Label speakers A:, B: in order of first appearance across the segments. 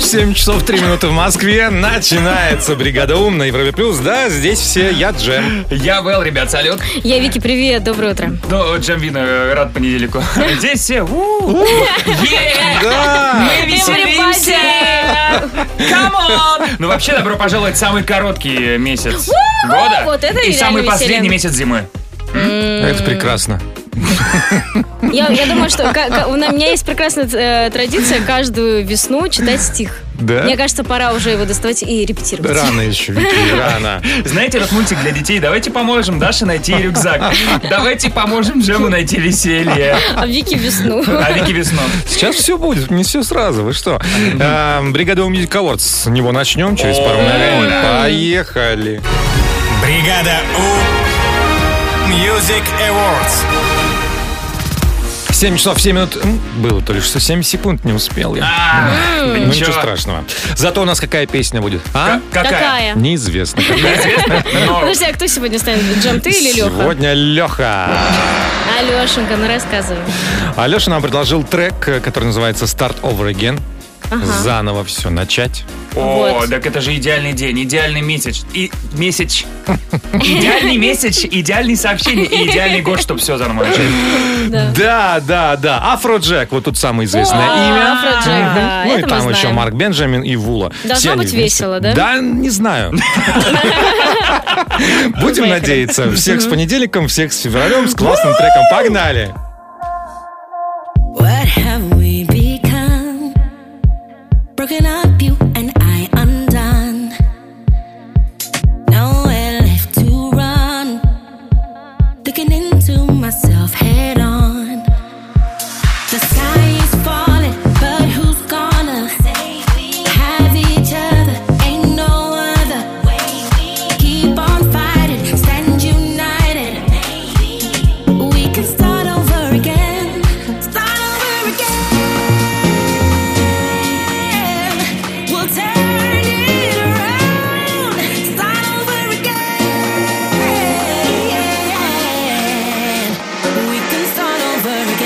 A: 7 часов 3 минуты в Москве. Начинается бригада Ум на Европе Плюс. Да, здесь все. Я Джем.
B: Я Вэл, ребят, салют.
C: Я Вики, привет, доброе утро.
B: Ну, Джамвина, рад понедельнику. Здесь все. у, е,
A: Да!
B: Мы веселимся! Камон! Ну, вообще, добро пожаловать в самый короткий месяц года.
C: Вот это
B: И
C: реально
B: самый
C: веселье.
B: последний месяц зимы.
A: Это прекрасно.
C: Я, я думаю, что ка- ка- у на- у меня есть прекрасная э, традиция каждую весну читать стих.
A: Да?
C: Мне кажется, пора уже его доставать и репетировать.
A: Рано еще, Вики, рано.
B: Знаете этот мультик для детей? Давайте поможем Даше найти рюкзак. Давайте поможем Джему найти веселье.
C: А Вики весну.
B: А Вики весну.
A: Сейчас все будет, не все сразу, вы что? Эм, Бригада Ум Music Awards. С него начнем через пару мгновений. Поехали.
D: Бригада У. Music Awards.
A: 7 часов 7 минут. М, Было то ли что 7 секунд, не успел я.
B: А, да
A: Ну ничего страшного. Зато у нас какая песня будет? А?
B: Ка- Какая?
C: Какая?
A: Неизвестно. какая.
B: Но
C: Подожди, а кто сегодня станет? Джем, ты или Леха?
A: Сегодня Леха.
C: Алешенька, ну рассказывай.
A: Алеша А нам предложил трек, э, который называется Start Over Again. Заново все начать.
B: О,
C: Вот.
B: так это же идеальный день, идеальный месяц. И месяц. Идеальный месяц, идеальные сообщения и идеальный год, чтобы все заново начать.
A: Да, да, да. Афроджек, вот тут самое известное
C: О,
A: имя.
C: Афроджек,
A: Мгм.
C: да,
A: Ну и
C: это мы
A: там еще
C: знаем.
A: Марк Бенджамин и Вула.
C: Должно
A: Все они
C: быть
A: вместе.
C: весело, да?
A: Да, не знаю. Будем надеяться. Всех с понедельником, всех с февралем, с классным треком. Погнали!
E: What have we become? Broken up, you and I undone. Nowhere left to run. Looking into myself head on. The sky is falling, but who's gonna save we have each other? Ain't no other way we keep on fighting, stand united. We can start over again. Start over again. We'll turn it around. Start over again. We can start over again. Start over.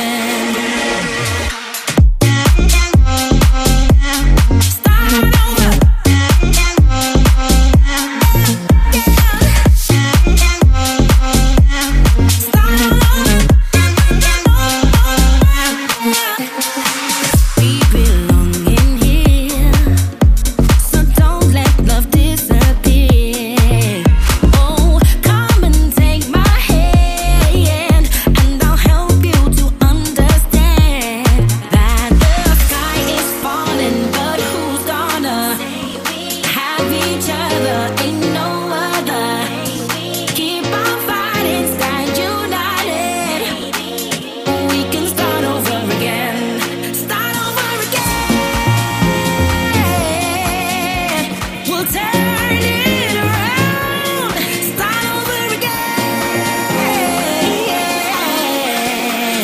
E: Start over. We belong in here, so don't let love disappear. Oh, come and take my hand, and I'll help you to understand that the sky is falling, but who's gonna have each other? Ain't no other. Keep on fighting, stand united. We can start over again. Start over again. We'll turn it around. Start over again.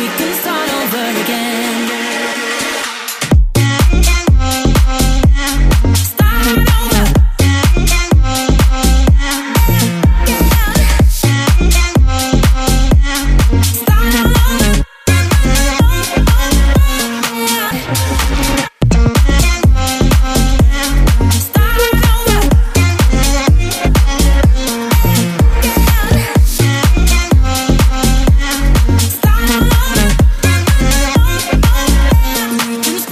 E: We can start over again. Start over.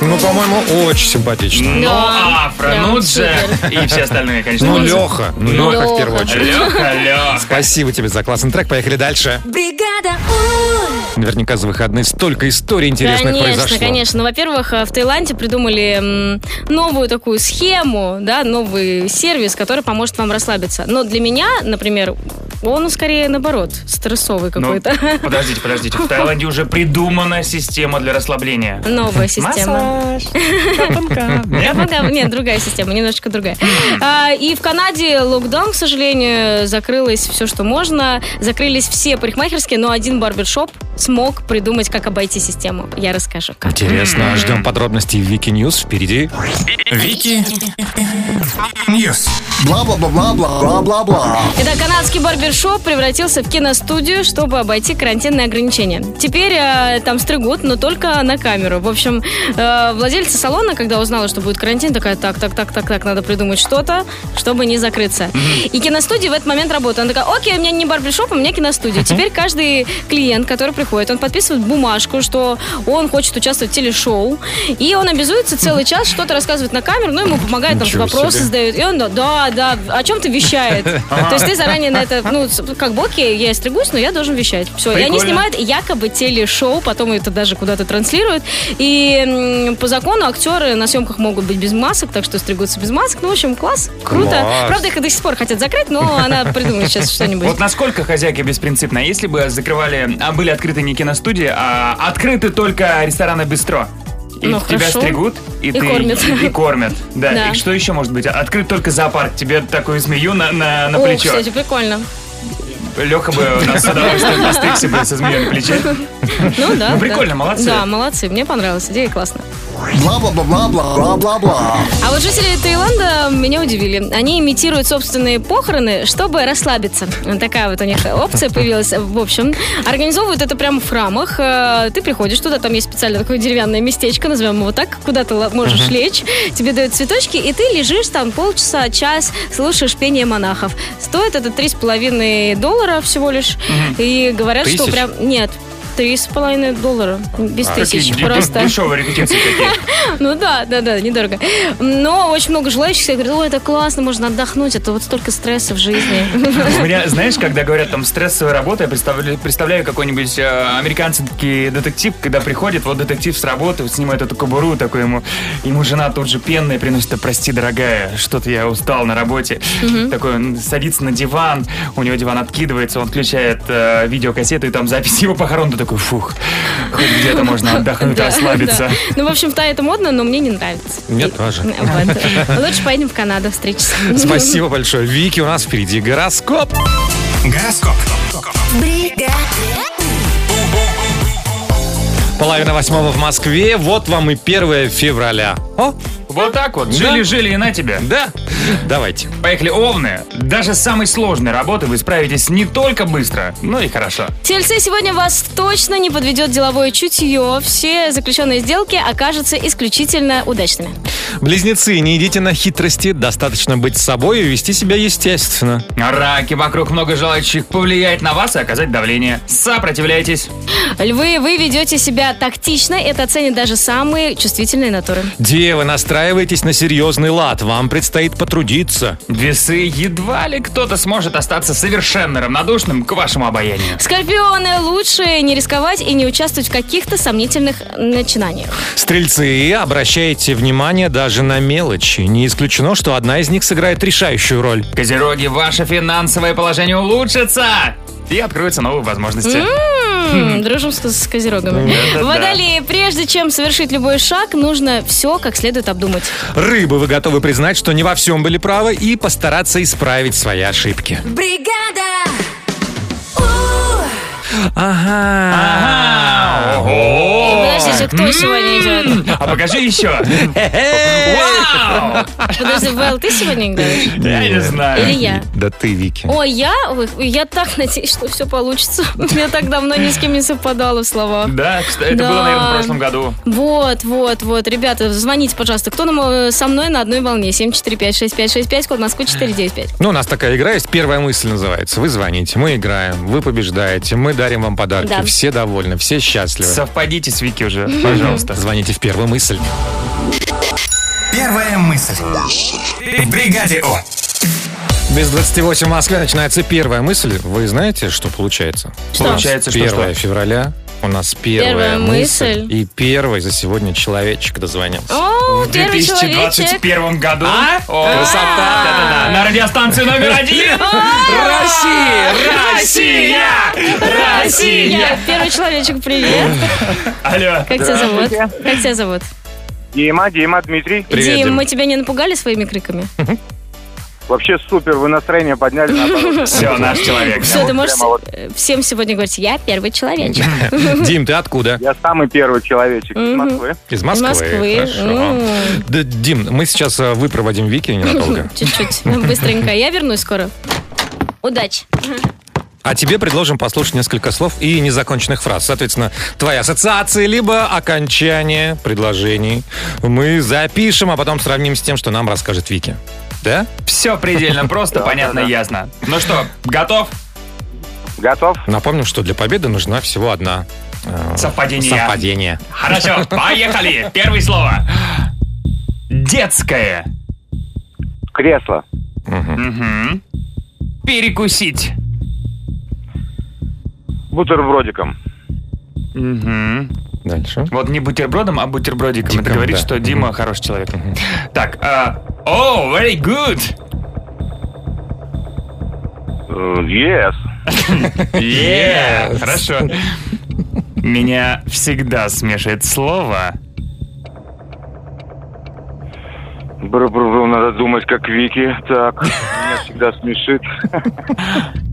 A: Ну, по-моему, очень симпатично.
B: Ну,
C: Да,
B: Афра,
C: а, прям
B: ну, Джем и все остальные, конечно.
A: Ну,
B: тоже.
A: Леха. Ну, Леха в
C: Лёха.
A: первую очередь.
B: Леха, Лех.
A: Спасибо тебе за классный трек. Поехали дальше.
E: Бригада У!
A: Наверняка за выходные столько историй интересных
C: Конечно,
A: произошло.
C: конечно. Ну, во-первых, э, в Таиланде придумали м, новую такую схему, да, новый сервис, который поможет вам расслабиться. Но для меня, например, он скорее наоборот, стрессовый
B: Ну,
C: какой-то.
B: подождите, подождите. В Таиланде уже придумана система для расслабления.
C: Новая система.
B: Массаж. капанка.
C: Я
B: Нет?
C: пока- Нет, другая система, немножечко другая. А, И в Канаде локдаун, к сожалению, закрылось все, что можно. Закрылись все парикмахерские, но один барбершоп смог придумать, как обойти систему. Я расскажу. как.
A: Интересно. Ждем подробностей в Вики Ньюс впереди.
D: Вики Ньюс.
F: Бла-бла-бла-бла-бла-бла-бла.
C: Итак, канадский барбершоп превратился в киностудию, чтобы обойти карантинные ограничения. Теперь э, там стригут, но только на камеру. В общем, э, владельца салона, когда узнала, что будет карантин, такая, так, так, так, так, так, надо придумать что-то, чтобы не закрыться. И киностудия в этот момент работает. Она такая, окей, у меня не барбершоп, у меня киностудия. Теперь каждый клиент, который приходит, он подписывает бумажку, что он хочет участвовать в телешоу, и он обязуется целый час что-то рассказывать на камеру, ну, ему помогает, там,
A: Ничего
C: вопросы
A: себе.
C: задают. И он, да, да, да, о чем ты вещает? То есть ты заранее на это, ну, с- как бы, окей, я стригусь, но я должен вещать. Все, и они
B: Прикольно.
C: снимают якобы телешоу, потом это даже куда-то транслируют. И м, по закону актеры на съемках могут быть без масок, так что стригутся без масок. Ну, в общем, класс, круто.
A: Класс.
C: Правда, их до сих пор хотят закрыть, но она придумает сейчас что-нибудь.
B: Вот насколько хозяйка беспринципна, если бы закрывали, а были открыты не киностудии, а открыты только рестораны бистро. И
C: Ну,
B: тебя
C: хорошо.
B: стригут, и,
C: И
B: ты-
C: кормят.
B: И, и кормят. Да.
C: Да.
B: И что еще может быть? Открыт только зоопарк. Тебе такую змею на, на, на
C: О,
B: плечо.
C: кстати, прикольно.
B: Леха бы у нас с удовольствием постригся бы со змеей на плече.
C: Ну да.
B: Ну,
C: да.
B: прикольно, молодцы.
C: Да, молодцы. Мне понравилась идея, классно.
F: Бла-бла-бла-бла-бла-бла-бла.
C: А вот жители Таиланда меня удивили. Они имитируют собственные похороны, чтобы расслабиться. Такая вот у них опция появилась. В общем, организовывают это прямо в храмах. Э, Ты приходишь туда, там есть специально такое деревянное местечко, назовем его так, куда ты ла- можешь лечь, тебе дают цветочки, и ты лежишь там полчаса, час, слушаешь пение монахов. Стоит это три с половиной доллара всего лишь. И говорят, что
A: Тысяч?
C: прям... Нет, три с половиной доллара. Без
B: А
C: тысяч
B: Такие
C: просто.
B: Дешевые репетиции такие.
C: Ну да, да, да, недорого. Но очень много желающих, я говорю, ой, это классно, можно отдохнуть, это вот столько стресса в жизни.
B: У меня, знаешь, когда говорят там стрессовая работа, я представляю, представляю какой-нибудь э, американский детектив, когда приходит, вот детектив с работы, вот снимает эту кобуру, такой ему, ему жена тут же пенная приносит, «Да прости, дорогая, что-то я устал на работе. Такой он садится на диван, у него диван откидывается, он включает э, видеокассету, и там запись его похорон, ты такой, фух, хоть где-то можно отдохнуть,
C: Да,
B: расслабиться.
C: да. Ну, в общем, в Тае это модно, но мне не нравится.
A: Мне
C: И-
A: тоже.
C: Вот. Лучше поедем в Канаду встретиться.
A: Спасибо большое. Вики, у нас впереди гороскоп.
D: Гороскоп.
A: Половина восьмого в Москве. Вот вам и 1 февраля. О,
B: Вот так вот, жили-жили и на тебя.
A: да. Давайте.
B: Поехали, овны. Даже с самой сложной работы вы справитесь не только быстро, но и хорошо.
C: Тельцы сегодня вас точно не подведет деловое чутье. Все заключенные сделки окажутся исключительно удачными.
A: Близнецы, не идите на хитрости. Достаточно быть собой и вести себя естественно.
B: Раки, вокруг много желающих повлиять на вас и оказать давление. Сопротивляйтесь.
C: Львы, вы ведете себя тактично, это оценят даже самые чувствительные натуры.
A: Девы, настраивайтесь на серьезный лад. Вам предстоит потрудиться.
B: Весы, едва ли кто-то сможет остаться совершенно равнодушным к вашему обаянию.
C: Скорпионы, лучше не рисковать и не участвовать в каких-то сомнительных начинаниях.
A: Стрельцы, обращайте внимание даже на мелочи. Не исключено, что одна из них сыграет решающую роль.
B: Козероги, ваше финансовое положение улучшится. И откроются новые возможности. Хм.
C: М, М-м, Дружим с, с козерогами.
B: Да-да-да.
C: Водолеи, прежде чем совершить любой шаг, нужно все как следует обдумать.
A: Рыбы, вы готовы признать, что не во всем были правы и постараться исправить свои ошибки.
E: Бригада! У!
A: А, Ага.
C: Подождите, кто
B: М-м.
C: сегодня идет?
B: А покажи еще. Вау!
C: Подожди, Вэл, ты сегодня играешь?
B: Я не
C: Или
B: знаю.
C: я?
A: Да ты, Вики.
C: Ой, я? Ой, Я так надеюсь, что все получится. Я так давно ни с кем не совпадала в словах.
B: Да, кстати, это
C: Да.
B: было, наверное, в прошлом году.
C: Вот, вот, вот. Ребята, звоните, пожалуйста. Кто нам, э, со мной на одной волне? 745-6565, код Москвы 495.
A: Ну, у нас такая игра есть. Первая мысль называется. Вы звоните, мы играем, вы побеждаете, мы дарим вам подарки.
C: Да.
A: Все довольны, все счастливы.
B: Совпадите с Вики уже, пожалуйста.
A: Звоните в первую мысль.
D: Первая мысль. Бригаде У.
A: Без 28 в Москве начинается первая мысль. Вы знаете, что получается?
C: Что?
A: У нас
B: Получается, что
A: 1
B: что?
A: февраля. У нас первая,
C: Первая
A: мысль.
C: мысль.
A: И первый за сегодня человечек дозвонился.
C: О,
B: В
C: первый человечек.
B: 2021 году. О, Красота! Да-да-да. На радиостанции номер один. Россия! Россия! Россия!
C: Я первый человечек, привет.
B: Алло.
C: Как тебя зовут? Как тебя зовут?
G: Дима, Дима, Дмитрий.
A: Привет,
C: Дим,
A: Дим.
C: мы тебя не напугали своими криками?
F: Вообще супер, вы настроение подняли. наоборот.
B: Все, наш человек.
C: Все, ты можешь
F: прямо вот.
C: э, всем сегодня говорить, я первый человечек.
A: Дим, ты откуда?
F: Я самый первый человечек из
C: Мгм.
F: Москвы.
A: Из Москвы.
C: Москвы.
A: Хорошо.
C: М.
A: Да, Дим, мы сейчас э, выпроводим Вики ненадолго.
C: Чуть-чуть, ну, быстренько. Я вернусь скоро. Удачи.
A: А тебе предложим послушать несколько слов и незаконченных фраз. Соответственно, твои ассоциации, либо окончание предложений мы запишем, а потом сравним с тем, что нам расскажет Вики. Да?
B: Все предельно просто, понятно, ясно. Ну что, готов?
F: Готов?
A: Напомним, что для победы нужна всего одна э,
B: Совпадение.
A: совпадение.
B: Хорошо, поехали. Первое слово. Детское.
F: Кресло.
B: Мгм. Перекусить.
F: Бутербродиком.
B: Мгм.
A: Дальше.
B: Вот не бутербродом, а бутербродиком.
A: Диком,
B: Это говорит,
A: да.
B: что Дима хороший человек. Так, а, о, very good.
F: Э, Yes.
B: Yeah. Хорошо. Меня всегда смешает слово.
F: Бру-бру-бру, надо думать, как Вики. Так, меня всегда смешит.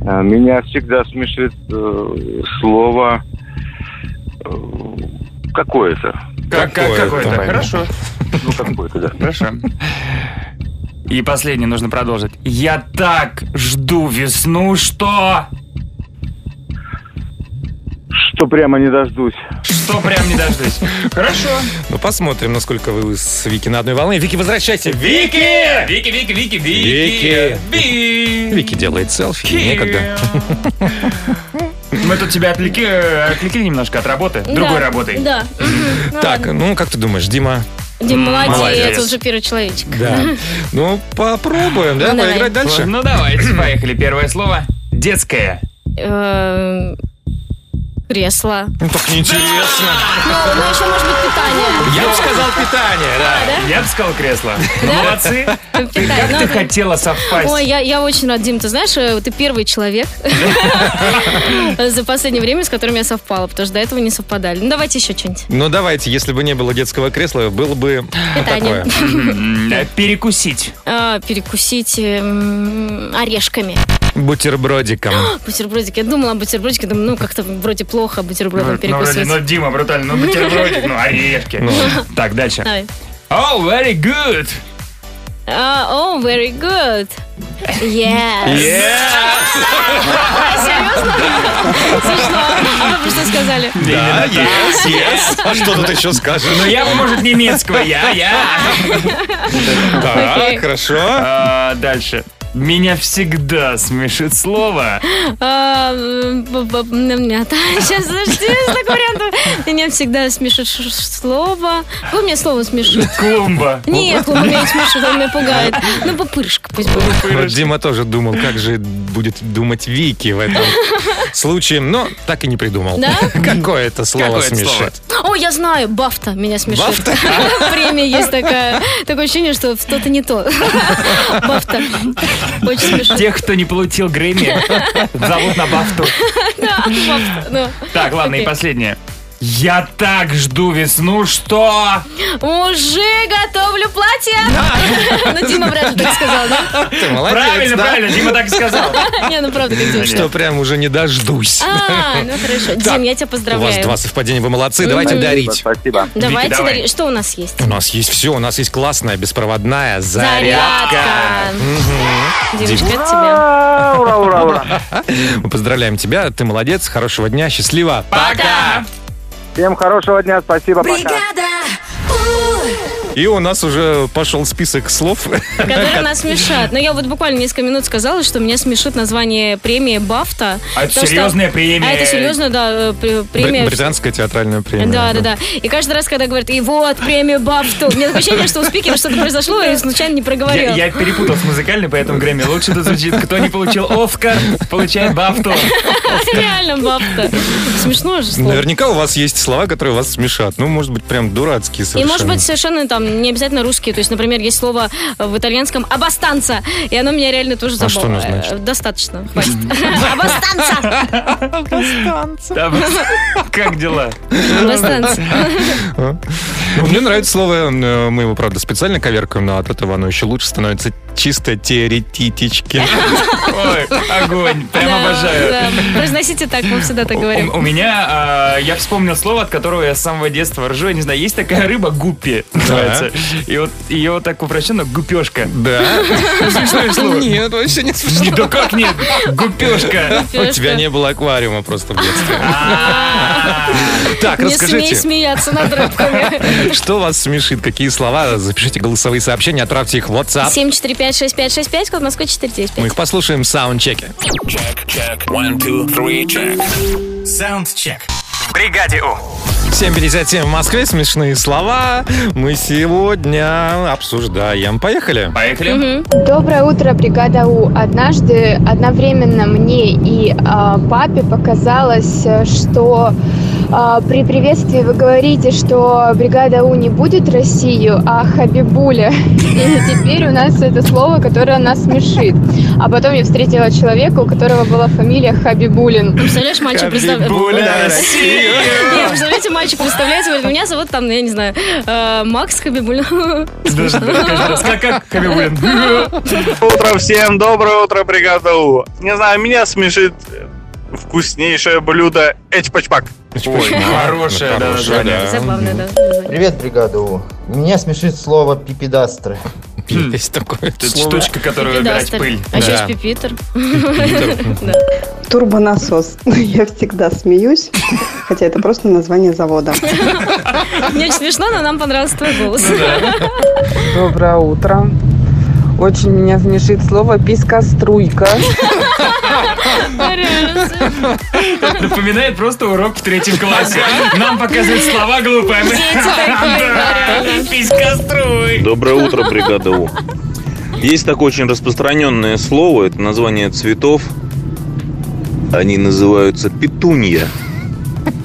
F: Э, Меня всегда смешит э, слово э, какое-то.
B: Как, как-
A: Какое-то,
B: какое-то.
A: понятно.
B: Хорошо,
F: Ну, какое-то, да.
B: хорошо. И последнее нужно продолжить. Я так жду весну, что...
F: Что прямо не дождусь.
B: Что прям не дождусь. Хорошо.
A: Ну, посмотрим, насколько вы с Вики на одной волне. Вики, возвращайся.
B: Вики! Вики, Вики, Вики, Вики! Ви-
A: Вики делает селфи.
B: Кира.
A: Некогда.
B: Мы тут тебя отвлекли, э, отвлекли немножко от работы. Другой
C: Да,
B: работой.
C: Да. Мгм. Ну
A: Так,
C: ладно.
A: ну как ты думаешь, Дима?
C: Дим, молодец,
B: молодец.
C: он же первый человечек.
A: Да. Ну, попробуем, да,
C: Ну, давай.
A: поиграть дальше?
B: Ну давайте, поехали. Первое слово. Детское.
C: Эм, Кресло.
A: Ну, так неинтересно.
C: Ну, ну, еще может быть питание.
A: Я бы сказал питание, да.
B: Я бы сказал кресло. Молодцы. Ты
C: Питание,
B: как
C: ну,
B: ты
C: да.
B: хотела совпасть?
C: Ой, я, я очень рад, Дим, ты знаешь, э, ты первый человек за последнее время, с которым я совпала, потому что до этого не совпадали. Ну, давайте еще что-нибудь.
A: Ну, давайте, если бы не было детского кресла, было бы
B: А
C: Питание.
A: такое.
B: М, э, Перекусить.
C: А, Перекусить эм, орешками.
A: Бутербродиком.
C: Бутербродик. Я думала о бутербродике, думаю, ну, как-то вроде плохо бутербродом
B: вроде,
C: перекусить.
B: ну, Дима, брутально, ну, бутербродик, ну, орешки. Так, дальше.
C: Давай.
B: Oh, very good.
C: А, oh, very good. Yes.
B: Э,
C: А, серьезно? Смешно. А вы бы что сказали?
A: Да, yes, yes. А что тут еще
B: Ну,
A: скажешь?
B: я бы, может, немецкого, я, я.
A: Так,
C: Окей.
A: хорошо.
B: А, Дальше. Меня всегда смешит слово.
C: А, м, б- б- ну, м, м, м, да, Сейчас, подожди, так вариантов. Меня всегда смешит ш- ш- слово. Какое мне слово смешит?
B: Клумба.
C: Нет, он меня не смешит, он меня пугает. Ну, пупырышка пусть будет.
A: Вот Дима тоже думал, как же будет думать Вики в этом случае, но так и не придумал.
C: Да?
A: Какое это слово
B: Какое это слово?
A: смешит.
C: О, я знаю, бафта меня смешит.
A: Бафта?
C: Премия есть такая. Такое ощущение, что что-то не то. Бафта. Очень смешно.
B: Тех, кто не получил Грэмми, зовут на бафту.
C: Да, бафта, да.
B: Так, ладно, и
C: Окей.
B: последнее. Я так жду весну, что...
C: Уже готовлю платье. Ну, Дима вряд ли так сказал, да?
A: Ты молодец,
B: Правильно,
A: да?
B: правильно, Дима так и сказал.
C: Не, ну правда, как
A: Что прям уже не дождусь.
C: А, ну хорошо. Дим, я тебя
A: У вас
C: поздравляю.
A: два совпадения, вы молодцы. Давайте дарить.
F: Спасибо.
C: Давайте,
B: давай.
C: Дарья, что у нас есть?
A: У нас есть все, у нас есть классная беспроводная зарядка.
C: Зарядка. Димочка, это тебе.
F: А, Ура, ура, ура.
A: Мы поздравляем тебя, ты молодец, хорошего дня, счастливо.
B: Пока!
F: Всем хорошего дня, спасибо, пока.
A: И у нас уже пошел список слов.
C: Которые нас смешат. Но я вот буквально несколько минут сказала, что меня смешит название премии Бафта.
B: А это
C: Потому что-
B: серьезная премия.
C: А это серьезно, да, э, пре-
A: Бри-
C: премия.
A: Британская театральная премия.
C: Да, да, да. И каждый раз, когда говорят, и вот премию Бафту, у меня такое ощущение, что у спикера что-то произошло, и случайно не проговорил.
B: Я, я перепутал с музыкальной, поэтому Грэмми лучше это звучит. Кто не получил Оскар, получает бафту.
C: Реально Бафта. Смешно же слово.
A: Наверняка у вас есть слова, которые вас смешат. Ну, может быть, прям дурацкие
C: И
A: совершенно.
C: может быть совершенно там м, не обязательно русские. То есть, например, есть слово э, в итальянском «абастанца», и оно меня реально тоже
A: А что
C: забыло.
A: оно значит?
C: Э, Достаточно, хватит. «Абастанца»,
B: Да, Как дела?
C: «абастанца».
A: Ну, Мне нравится слово, э, мы его, правда, специально коверкаем, но от этого оно еще лучше становится чисто теоретички.
B: Ой, огонь, прям
C: Да,
B: обожаю.
C: да. Произносите так, мы всегда так говорим.
B: У, у меня, а, я вспомнил слово, от которого я с самого детства ржу. Я не знаю, есть такая рыба гуппи, называется. И вот ее вот так упрощенно гупешка.
A: Да?
B: Смешное слово.
A: Нет, вообще не смешно.
B: Да как нет? Гупешка.
A: У тебя не было аквариума просто в детстве.
B: А,
A: Так,
C: Не смей
A: расскажите,
C: смеяться над рыбками.
A: что вас смешит? Какие слова? Запишите голосовые сообщения, отправьте их в WhatsApp.
C: 745-6565, код Москвы
A: А? Мы
C: 495.
A: их послушаем в саундчеке.
D: Саундчек. В бригаде У.
A: 7.57 в Москве, смешные слова. Мы сегодня обсуждаем. Поехали.
B: Поехали.
G: Доброе утро, бригада У. Однажды одновременно мне и а, папе показалось, э, что а, при приветствии вы говорите, что бригада У не будет Россию, а Хабибуля. И теперь у нас это слово, которое нас смешит. А потом я встретила человека, у которого была фамилия Хабибулин.
C: Представляешь, мальчик представляет...
B: Хабибуля, Россия.
C: Нет, представляете, мальчик представляется, говорит, меня зовут там, ну, я не знаю, э, Макс Хабибуль.
B: Да, да, да, каждый раз. Как, как, Хабибулин?
H: Утро всем, доброе утро, бригада У. Не знаю, меня смешит э, вкуснейшее блюдо Эчпачпак.
B: Ой, хорошее,
A: Хорошее,
B: да, название.
A: да.
C: Забавно, да.
I: Привет, бригада У. Меня смешит слово пипедастры.
A: Есть такое
B: Это
A: слово.
B: штучка, которая выбирает
C: Пидастер.
B: пыль.
C: А еще
A: Да.
C: есть Пипитер.
J: Турбонасос. Я всегда смеюсь, хотя это просто название завода.
C: Мне очень смешно, но нам понравился твой голос.
J: Доброе утро. Очень меня смешит слово пискоструйка.
C: Реально.
B: Напоминает просто урок в третьем классе. Нам показывают слова глупые. а мы-
C: Дети такие,
B: Да, Писькоструй.
H: Доброе утро, бригада У. Есть такое очень распространенное слово, это название цветов. Они называются петунья.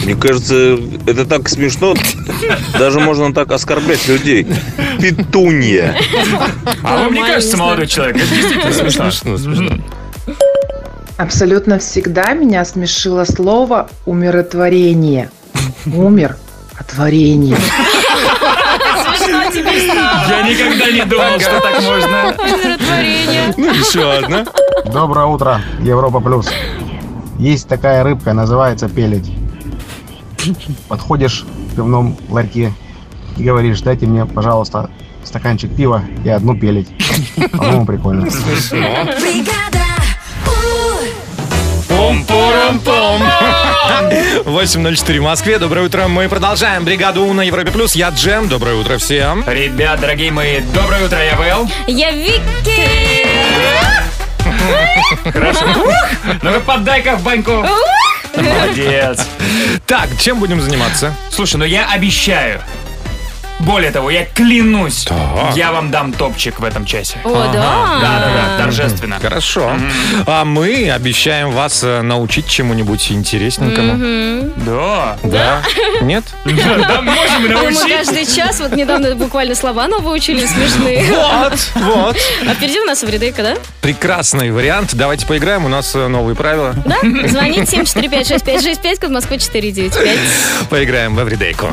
H: Мне кажется, это так смешно. Даже можно так оскорблять людей. Петунья.
B: А вам не
C: Нормально,
B: кажется,
C: не
B: молодой человек, это действительно смешно.
A: Ну, Смешно, смешно.
J: Абсолютно всегда меня смешило слово умиротворение. Умер от варенья.
C: Смешно тебе
B: Я никогда не думал, что так можно.
C: умиротворение.
A: Ну, еще одна.
I: Доброе утро, Европа Плюс. Есть такая рыбка, называется пеледь. Подходишь в пивном ларьке и говоришь, дайте мне, пожалуйста, стаканчик пива и одну пеледь. По-моему, прикольно.
E: Бригада, у,
B: Пум-пурум-пум.
A: 8.04 в Москве. Доброе утро. Мы продолжаем бригаду У на Европе Плюс. Я Джем. Доброе утро всем.
B: Ребят, дорогие мои, доброе утро, я Вэл.
C: Я Вики!
B: Ну-ка, подай-ка в баньку. Молодец.
A: Так, чем будем заниматься?
B: Слушай, ну я обещаю. Более того, я клянусь,
A: Так.
B: я вам дам топчик в этом часе.
C: О,
B: Да-да-да,
C: да.
B: торжественно.
A: Хорошо. А мы обещаем вас э, научить чему-нибудь интересненькому.
B: Да.
A: Да? Нет?
B: Да, можем и
C: Мы
B: научить.
C: каждый час, вот недавно буквально слова новые учили, смешные.
A: Вот, вот.
C: А впереди у нас Эвридейка, да?
A: Прекрасный вариант. Давайте поиграем. У нас э, новые правила.
C: Да? Звонить 745-6565, код Москвы 495.
A: Поиграем в Эвридейку.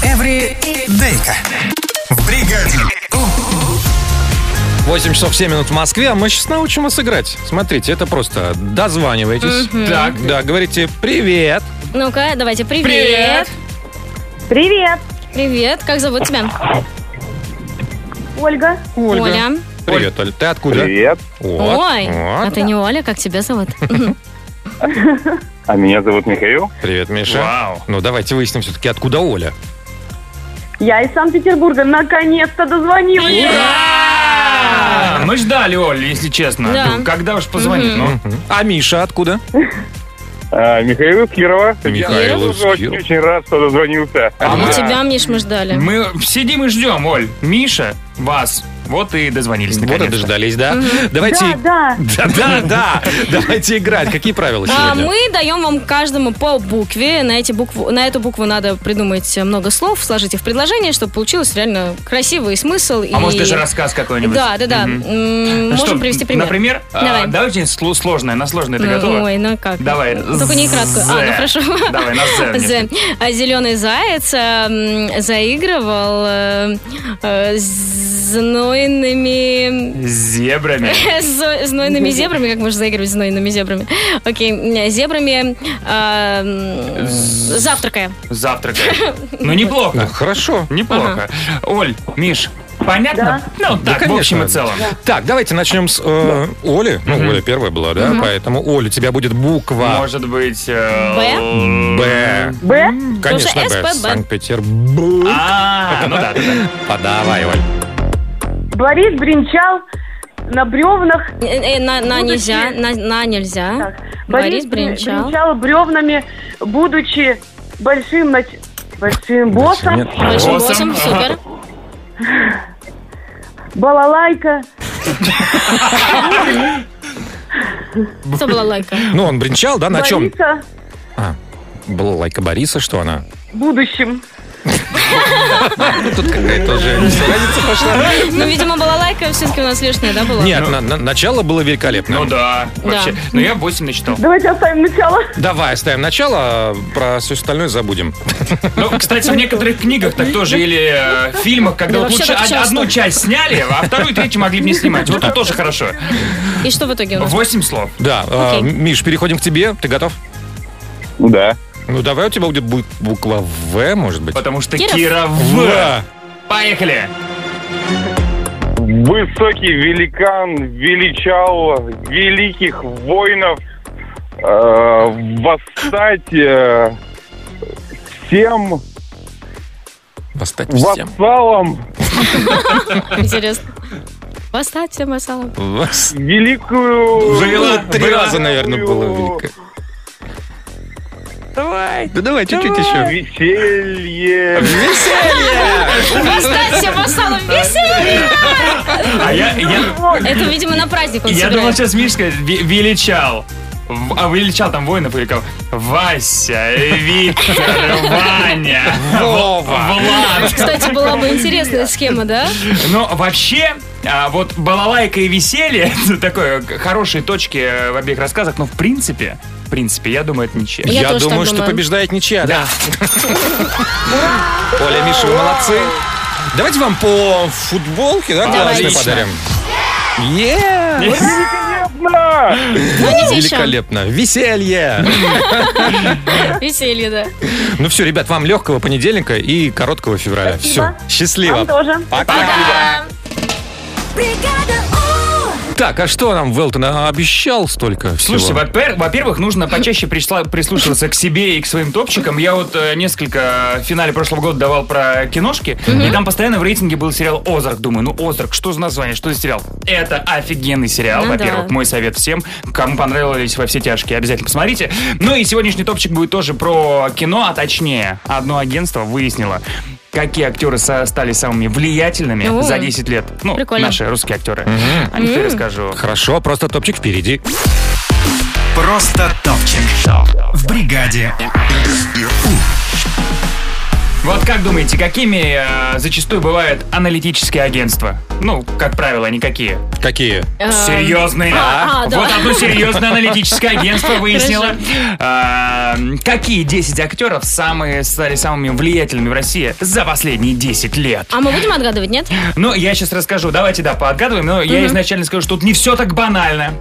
D: Эври Дейка. В бригаде У.
A: 8 часов 7 минут в Москве, а мы сейчас научим вас играть. Смотрите, это просто дозваниваетесь. Так. Да, говорите «Привет».
C: Ну-ка, давайте, привет.
G: Привет,
C: Привет, как зовут тебя?
G: Ольга.
C: Оля.
A: Привет, Оль. Ты откуда?
H: Привет.
A: Вот,
C: Ой, а
A: вот.
C: ты не Оля, как тебя зовут?
H: А меня зовут Михаил.
A: Привет, Миша.
B: Вау.
A: Ну, давайте выясним все-таки, откуда Оля.
G: Я из Санкт-Петербурга. Наконец-то дозвонилась.
B: А, Мы ждали, Оль, если честно.
C: Да.
B: Ну, Когда уж позвонит, ну.
A: А Миша откуда?
F: А,
H: Михаил из Кирова.
A: Михаил Я из тоже Кирова.
H: очень рад, что дозвонился.
C: Ну
B: А мы-
C: тебя, Миш, мы ждали.
B: Мы сидим и ждем, Оль. Миша, вас. Вот и дозвонились
A: Вот и
B: наконец-то.
A: дождались, да? Давайте...
K: Да,
A: А, Да, да, да. Давайте играть. Какие правила
C: А,
A: сегодня?
C: мы даем вам каждому по букве. На, эти букву, на эту букву надо придумать много слов, сложить их в предложение, чтобы получилось реально красивый смысл. и-
B: А может даже рассказ какой-нибудь?
C: Да, да, да.
B: Мгм.
C: М,
B: Что,
C: Можем привести пример.
B: Например, а,
C: Давай.
B: давай что-нибудь сло- сложное, на сложное ты
C: Ну,
B: готова?
C: Ой, ну как?
B: Давай.
C: Только не кратко. А, ну
B: Зе.
C: хорошо.
B: Давай, на «Зе» мне
C: «Зе». А зеленый заяц э, м, заигрывал э, э, с знойными...
B: Зебрами.
C: Зо- Знойными зебрами, как можно заигрывать с знойными зебрами? Окей, м, зебрами э, м, завтракая.
B: Завтрака. Ну, неплохо.
A: Хорошо.
B: Неплохо. Оль, Миш, понятно? Ну,
A: Да,
B: так, в общем и целом.
A: Так, давайте начнем с э, Оли. Ну, Оля первая была, да?
B: Мгм.
A: Поэтому, Оля, у тебя будет буква
B: Может быть... э, Б?
A: Б.
K: Б?
A: Конечно,
K: Потому что
A: Б.
K: СПБ.
A: Санкт-Петербург.
B: А, ну да, да, да.
A: Подавай, Оль.
K: Борис бренчал на бревнах.
C: Э, э, На на
K: Будучи-
C: нельзя, на на нельзя. Борис
K: бр-
C: бренчал.
K: бренчал бревнами, будучи большим нач... большим боссом.
A: Нет.
C: Большим боссом, супер.
K: Балалайка.
C: Что была лайка?
A: Ну, он бренчал, да? На чем?
K: Бориса
A: Была лайка Бориса, что она?
K: будущим.
A: Ну, тут какая-то уже разница пошла.
C: Ну, видимо, была лайка все-таки у нас лишняя, да, была?
A: Нет, на- на- начало было великолепно.
B: Ну да, вообще.
C: Да.
B: Ну я 8 начитал.
K: Давайте оставим начало.
A: Давай, ставим начало, а про все остальное забудем.
B: Ну, кстати, в некоторых книгах так тоже или э, в фильмах, когда
C: Да
B: вот
C: вообще
B: лучше
C: так
B: од-
C: часто.
B: одну часть сняли, а вторую и третью могли бы не снимать. Вот тут тоже хорошо.
C: И что в итоге у нас?
B: 8 слов.
A: Да, э,
C: Окей.
A: Миш, переходим к тебе. Ты готов?
F: Ну да.
A: Ну, давай у тебя будет бу- буква В, может быть.
B: Потому что
C: Киров.
B: Кира В.
A: В.
B: Поехали.
F: Высокий великан величал великих воинов э, восстать э, всем
A: Восстать всем.
F: вассалам
C: Интересно. Восстать всем вассалам.
A: Восстать.
F: великую...
A: Было три
F: великую-
A: раза, наверное, было великое. Давай. Да давай, чуть-чуть еще.
F: Веселье.
C: Восстать всем вассалам. Веселье!
B: А я, я,
C: Это, видимо, на праздник он
B: я думал,
C: сыграет.
B: сейчас Мишка ве- величал. В- А величал там воинов или кого? Вася, Виктор, Ваня,
A: Вова.
B: Влад.
C: Кстати, была бы интересная схема, да?
B: Но Ну, вообще, а, вот балалайка и веселье, это такое, к- хорошие точки э, в обеих рассказах, но в принципе, в принципе, я думаю, это ничья.
C: Я
A: Я
C: тоже
A: думаю,
C: так
A: что
C: думаю.
A: побеждает ничья. Да. Оля, Миша, вы молодцы. Давайте вам по футболке, да, главной
B: Отлично.
A: подарим. Е!
C: Помните еще?
A: Великолепно. Веселье.
C: Веселье, да.
A: Ну все, ребят, вам легкого понедельника и короткого февраля. Все. Счастливо.
K: Вам тоже.
A: Пока.
E: Бригада У!
A: Так, а что нам Велтон обещал столько всего?
B: Слушайте, во-пер- во-первых, нужно почаще пришла- прислушиваться к себе и к своим топчикам. Я вот э, несколько в финале прошлого года давал про киношки, и там постоянно в рейтинге был сериал «Озарк». Думаю, ну «Озарк», что за название, что за сериал? Это офигенный сериал,
C: Ну
B: во-первых.
C: да.
B: Мой совет всем, кому понравились «Во все тяжкие», обязательно посмотрите. Ну и сегодняшний топчик будет тоже про кино, а точнее, одно агентство выяснило, какие актеры со- стали самыми влиятельными
C: О.
B: за 10 лет. Ну,
C: Прикольно.
B: наши русские актеры. О них я расскажу.
A: Хорошо, просто топчик впереди.
D: Просто топчик. В бригаде.
B: Вот как думаете, какими э, зачастую бывают аналитические агентства? Ну, как правило, никакие.
A: Какие?
C: Эм,
B: Серьезные.
C: а, а, да.
B: Вот одно серьезное аналитическое агентство выяснило. э, Какие 10 актеров самые стали самыми влиятельными в России за последние 10 лет?
C: А мы будем отгадывать, нет?
B: Ну, я сейчас расскажу. Давайте, да, поотгадываем. Но я изначально скажу, что тут не все так банально.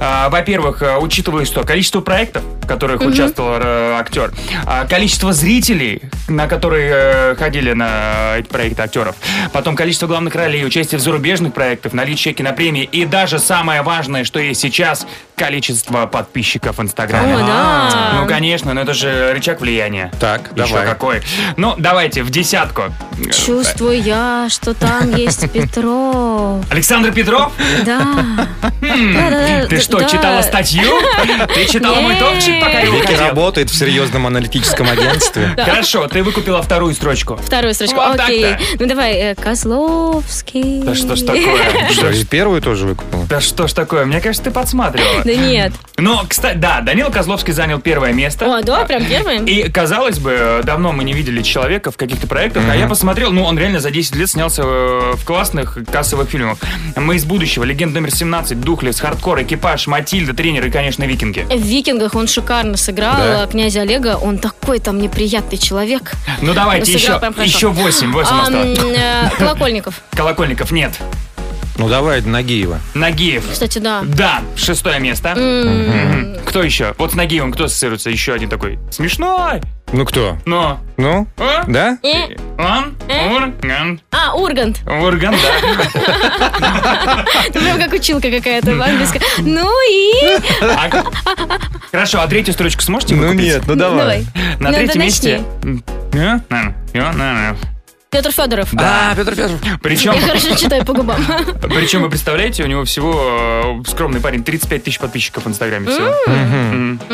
B: А, Во-первых, а, учитывая что количество проектов, в которых участвовал э, актер, а, количество зрителей, на которые э, ходили на эти проекты актеров, потом количество главных ролей, участие в зарубежных проектах, наличие кинопремии и даже самое важное, что есть сейчас, количество подписчиков в Инстаграме.
C: О, да.
B: Ну, конечно, но это же рычаг влияния.
A: Так,
B: Еще
A: давай.
B: какой. Ну, давайте, в десятку.
C: Чувствую я, что там есть Петров.
B: Александр Петров?
C: Да. Да, да, да,
B: Хм, Ты что,
C: да.
B: читала статью? Ты читала мой
C: Нет,
B: топчик? пока не
A: Вики
B: выходил.
A: работает в серьезном аналитическом агентстве.
C: Да.
B: Хорошо, ты выкупила вторую строчку.
C: Вторую строчку.
B: Вот так-то.
C: Окей. Ну давай, э, Козловский.
B: Да что ж такое? Что ж-
A: Первую тоже выкупила.
B: Да что ж такое? Мне кажется, ты подсматривала.
C: Да нет.
B: Но, кстати, да, Данил Козловский занял первое место.
C: О, да, прям первым.
B: И, казалось бы, э, давно мы не видели человека в каких-то проектах, а я посмотрел, ну, он реально за 10 лет снялся э, в классных кассовых фильмах. «Мы из будущего», «Легенда номер 17», «Духлес», «Хардкор», «Экипаж», «Матильда», «Тренер» и, конечно, «Викинги».
C: В «Викингах» он шикарно сыграл
B: Да.
C: э, князя Олега. Он такой там неприятный человек.
B: Ну, давайте
C: Сыграл
B: еще,
C: прям хорошо.
B: еще 8, 8
C: Ам,
B: осталось.
C: э, Колокольников.
B: Колокольников нет.
A: Ну, давай Нагиева.
B: Нагиев.
C: Кстати, да.
B: Да, шестое место.
C: М.
B: Мгм. Кто еще? Вот с Нагиевым кто ассоциируется? Еще один такой. Смешной.
A: Ну, кто?
B: Но.
A: Ну?
B: А?
A: Да?
C: Э,
B: Он? Ургант.
C: А, Ургант.
B: Ургант, да.
C: Ну, прям как училка какая-то в английском. Ну и...
B: А- Хорошо, а третью строчку сможете
A: Ну
B: выкупить?
A: нет, ну давай.
B: На
C: Ну,
B: третьем
C: да
B: месте... Э, на, э, на, э.
C: Петр Федоров.
A: Да, Петр Федоров.
B: Причем,
C: Я хорошо читаю по губам.
B: причем, вы представляете, у него всего э, скромный парень, 35 тысяч подписчиков в Инстаграме всего.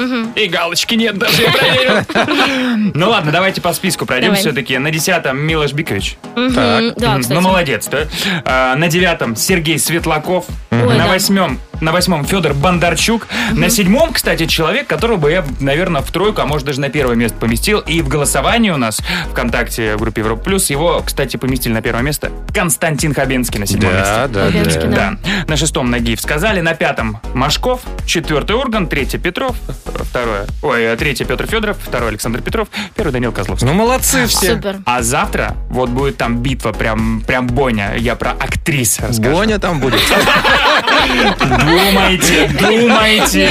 B: Мгм. И галочки нет даже, я проверил. Ну ладно, давайте по списку пройдем
C: Давай.
B: все-таки. На десятом Милош Бикович.
C: Мгм,
A: Так.
C: Да,
B: М,
C: кстати.
B: Ну молодец, да? А, На девятом Сергей Светлаков.
C: Ой,
B: На
C: да.
B: восьмем на восьмом Федор Бондарчук. На седьмом, кстати, человек, которого бы я, наверное, в тройку, а может даже на первое место поместил. И в голосовании у нас ВКонтакте в группе Европа Плюс его, кстати, поместили на первое место Константин Хабенский на
A: Да,
B: седьмом месте.
A: да,
C: Хабенский,
A: да.
C: да.
B: Да. На шестом Нагиев сказали, на пятом Машков, четвертый Урган, третий Петров, второе, ой, э, третий Петр Федоров, второй Александр Петров, первый Данил Козловский.
A: Ну, молодцы все.
C: Супер.
B: А завтра вот будет там битва, прям, прям Боня. Я про актрис расскажу.
A: Боня там будет.
B: Думайте, думайте.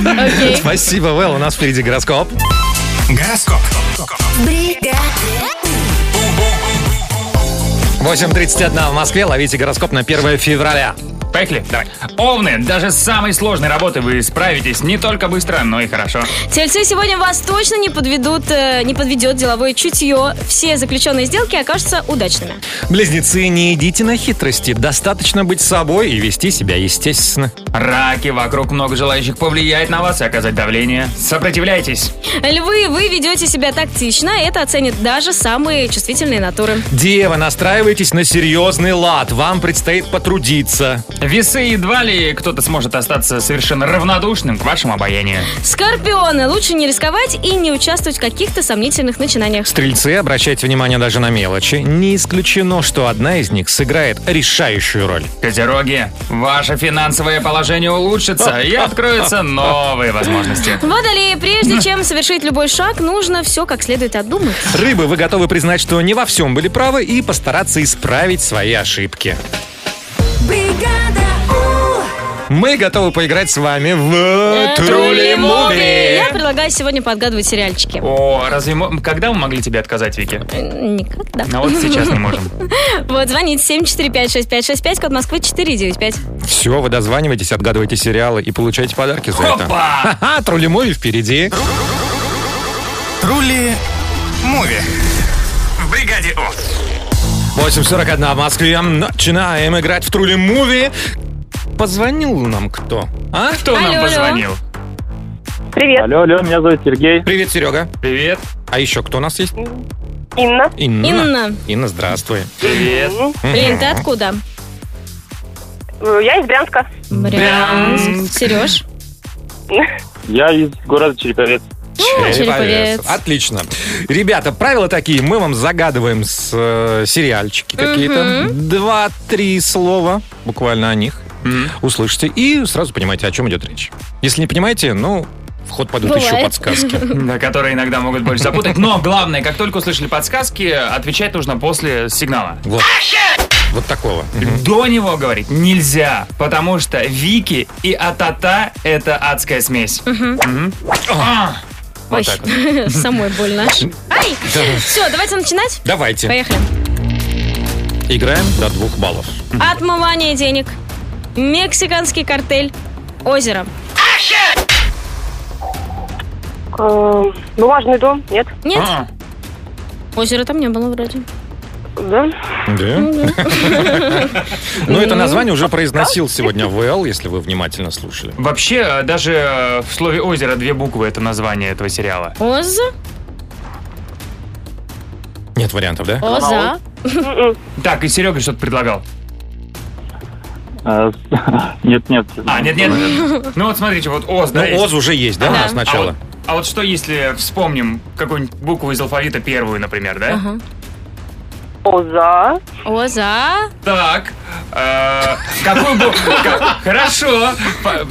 C: Неожиданно. Окей.
A: Спасибо, Вэл. У нас впереди гороскоп.
D: Гороскоп.
A: 8.31 в Москве. Ловите гороскоп на 1 февраля.
B: Поехали, давай. Овны, даже с самой сложной работы вы справитесь не только быстро, но и хорошо.
C: Тельцы сегодня вас точно не подведут, э, не подведет деловое чутье. Все заключенные сделки окажутся удачными.
A: Близнецы, не идите на хитрости. Достаточно быть собой и вести себя естественно.
B: Раки, вокруг много желающих повлиять на вас и оказать давление. Сопротивляйтесь.
C: Львы, вы ведете себя тактично, это оценят даже самые чувствительные натуры.
A: Девы, настраивайтесь на серьезный лад. Вам предстоит потрудиться.
B: Весы едва ли кто-то сможет остаться совершенно равнодушным к вашему обаянию.
C: Скорпионы, лучше не рисковать и не участвовать в каких-то сомнительных начинаниях.
A: Стрельцы, обращайте внимание даже на мелочи. Не исключено, что одна из них сыграет решающую роль.
B: Козероги, ваше финансовое положение улучшится и откроются новые возможности.
C: Водолеи, прежде чем совершить любой шаг, нужно все как следует отдумать.
A: Рыбы, вы готовы признать, что не во всем были правы и постараться исправить свои ошибки. Мы готовы поиграть с вами
C: Э,
A: в Трули Муви.
C: Я предлагаю сегодня подгадывать сериальчики.
B: О, разве мо- когда мы могли тебе отказать, Вики?
C: Э, Никогда.
B: А вот сейчас не можем.
C: Вот, звоните 745-6565, код Москвы 495.
A: Все, вы дозваниваетесь, отгадываете сериалы и получаете подарки за это.
B: Опа!
A: Ха-ха, Трули Муви впереди.
D: Трули Муви. В бригаде У.
A: 8.41 в Москве. Начинаем играть в Трули Муви. Позвонил нам кто? А?
B: Кто нам
C: Алло, алло.
B: позвонил?
K: Привет,
F: Алло, алло, меня зовут Сергей.
A: Привет, Серега.
B: Привет.
A: А еще кто у нас есть?
K: Инна.
B: Ну.
A: Инна.
C: Инна.
A: Инна, здравствуй.
B: Привет.
C: Блин, ты откуда?
K: Э, Я из Брянска.
C: Брянск. Сереж?
F: Я из города Череповец.
C: Череповец.
A: Отлично. Ребята, правила такие. Мы вам загадываем с, э, сериальчики какие-то. Два-три слова буквально о них.
B: Мгм.
A: Услышите и сразу понимаете, о чем идет речь. Если не понимаете, ну, в ход пойдут еще
C: Бывает.
A: подсказки.
B: Да, которые иногда могут больше запутать. Но главное, как только услышали подсказки, отвечать нужно после сигнала.
A: Вот. Вот такого. Мгм.
B: До него говорить нельзя, потому что Вики и Атата — это адская смесь. Мгм. А,
C: Ой,
B: Вот так вот.
C: самой больно. Ай! Все, давайте начинать.
A: Давайте.
C: Поехали.
A: Играем до двух баллов.
C: Отмывание денег. Мексиканский картель. Озеро.
K: Э, Бумажный дом, нет?
C: Нет,
B: А,
C: озера там не было вроде.
K: Да?
A: Да. Ну, это название уже произносил сегодня ВЛ, если вы внимательно слушали.
B: Вообще, э, даже э, в слове «озеро» две буквы — это название этого сериала.
C: Оз,
A: Нет вариантов, да?
C: Оза.
B: Так, и Серега что-то предлагал.
F: Э, Нет, нет.
B: А, нет, нет. Ну вот смотрите, вот Оз, да?
A: Ну,
B: есть?
A: Оз уже есть, да, у
B: Да.
A: нас сначала?
B: А вот что, если вспомним какую-нибудь букву из алфавита первую, например, да?
C: Ага.
K: Оза.
C: Оза.
B: Так. э, Какую букву? Хорошо. По-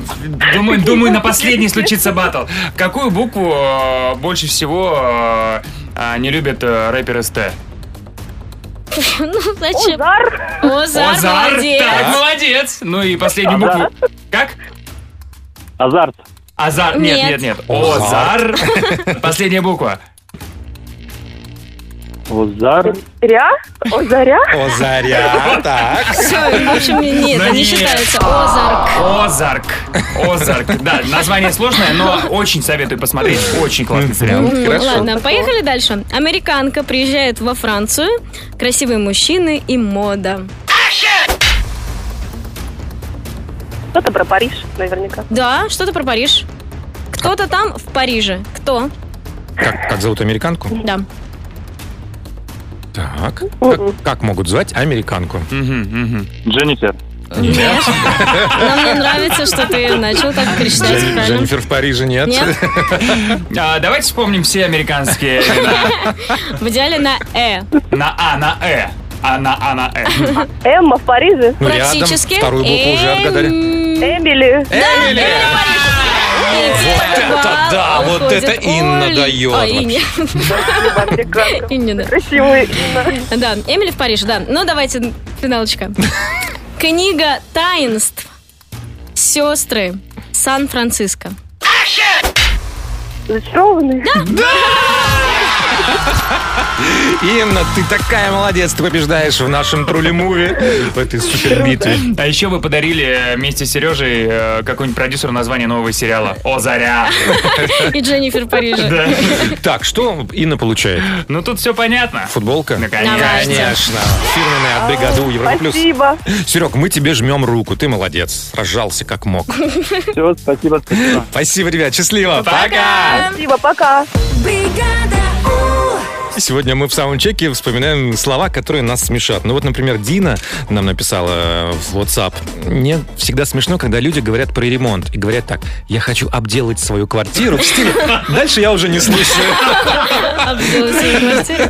B: Думаю, думаю, на последний случится батл. Какую букву э, больше всего э, э, не любят э, рэперы СТ?
C: Ну, зачем? Озар. Озар,
B: Озар. Так,
C: молодец.
B: молодец. Ну и последнюю букву. Как?
F: Азарт.
B: Азар. Нет,
C: Нет.
B: нет, нет.
F: Озар.
B: Озар. Последняя буква.
F: Озар.
K: Ря? Озаря?
A: Озаря. Так.
C: Все, Ну, в общем, нет,
B: Ну,
C: это не
B: нет.
C: считается.
K: А,
C: Озарк.
B: Озарк. Озарк. Да, название сложное, но очень советую посмотреть. Очень классный сериал.
C: М, Ладно, поехали дальше. Американка приезжает во Францию. Красивые мужчины и мода.
K: Что-то про Париж, наверняка.
C: Да, что-то про Париж. Кто-то там в Париже. Кто?
A: Как, как зовут американку?
C: Да.
A: Так. Как, как могут звать американку?
F: Дженнифер.
A: Нет.
C: Но мне нравится, что ты начал так кричать.
A: Джен-
C: правильно?
A: Дженнифер в Париже нет.
C: Нет.
B: А, Давайте вспомним все американские имена.
C: В идеале на «э».
A: Ну,
B: На А, на Э. А на А, на Э.
K: Эмма в Париже.
A: Ну, рядом.
C: Практически.
A: Вторую букву уже отгадали.
K: Эмили.
A: Эмили! Вот это да! Вот
C: Уходит.
A: это Инна
C: Оль-
A: дает.
C: А, Иня. Инна, да.
K: Красивые.
C: Да, Эмили в Париже, да. Ну, давайте, финалочка. Книга таинств. Сестры Сан-Франциско.
K: Зачарованные.
A: Инна, ты такая молодец, ты побеждаешь в нашем труле-муве, в этой супербитве.
B: А еще вы подарили э, вместе с Сережей э, какой-нибудь продюсеру название нового сериала. О, заря!
C: И Дженнифер в Париже.
B: Да.
A: Так, что Инна получает?
B: Ну тут все понятно.
A: Футболка?
B: Ну,
A: Конечно. Фирменная от бригады У Европа Плюс.
K: Спасибо.
A: Серег, мы тебе жмем руку. Ты молодец. Сражался как мог.
F: Все, спасибо, спасибо.
A: Спасибо, ребят. Счастливо. Пока.
K: Спасибо, пока.
A: Сегодня мы в самом чеке вспоминаем слова, которые нас смешат. Ну вот, например, Дина нам написала в WhatsApp. Мне всегда смешно, когда люди говорят про ремонт и говорят так, я хочу обделать свою квартиру в стиле. Дальше я уже не слышу.
C: Обделала свою квартиру.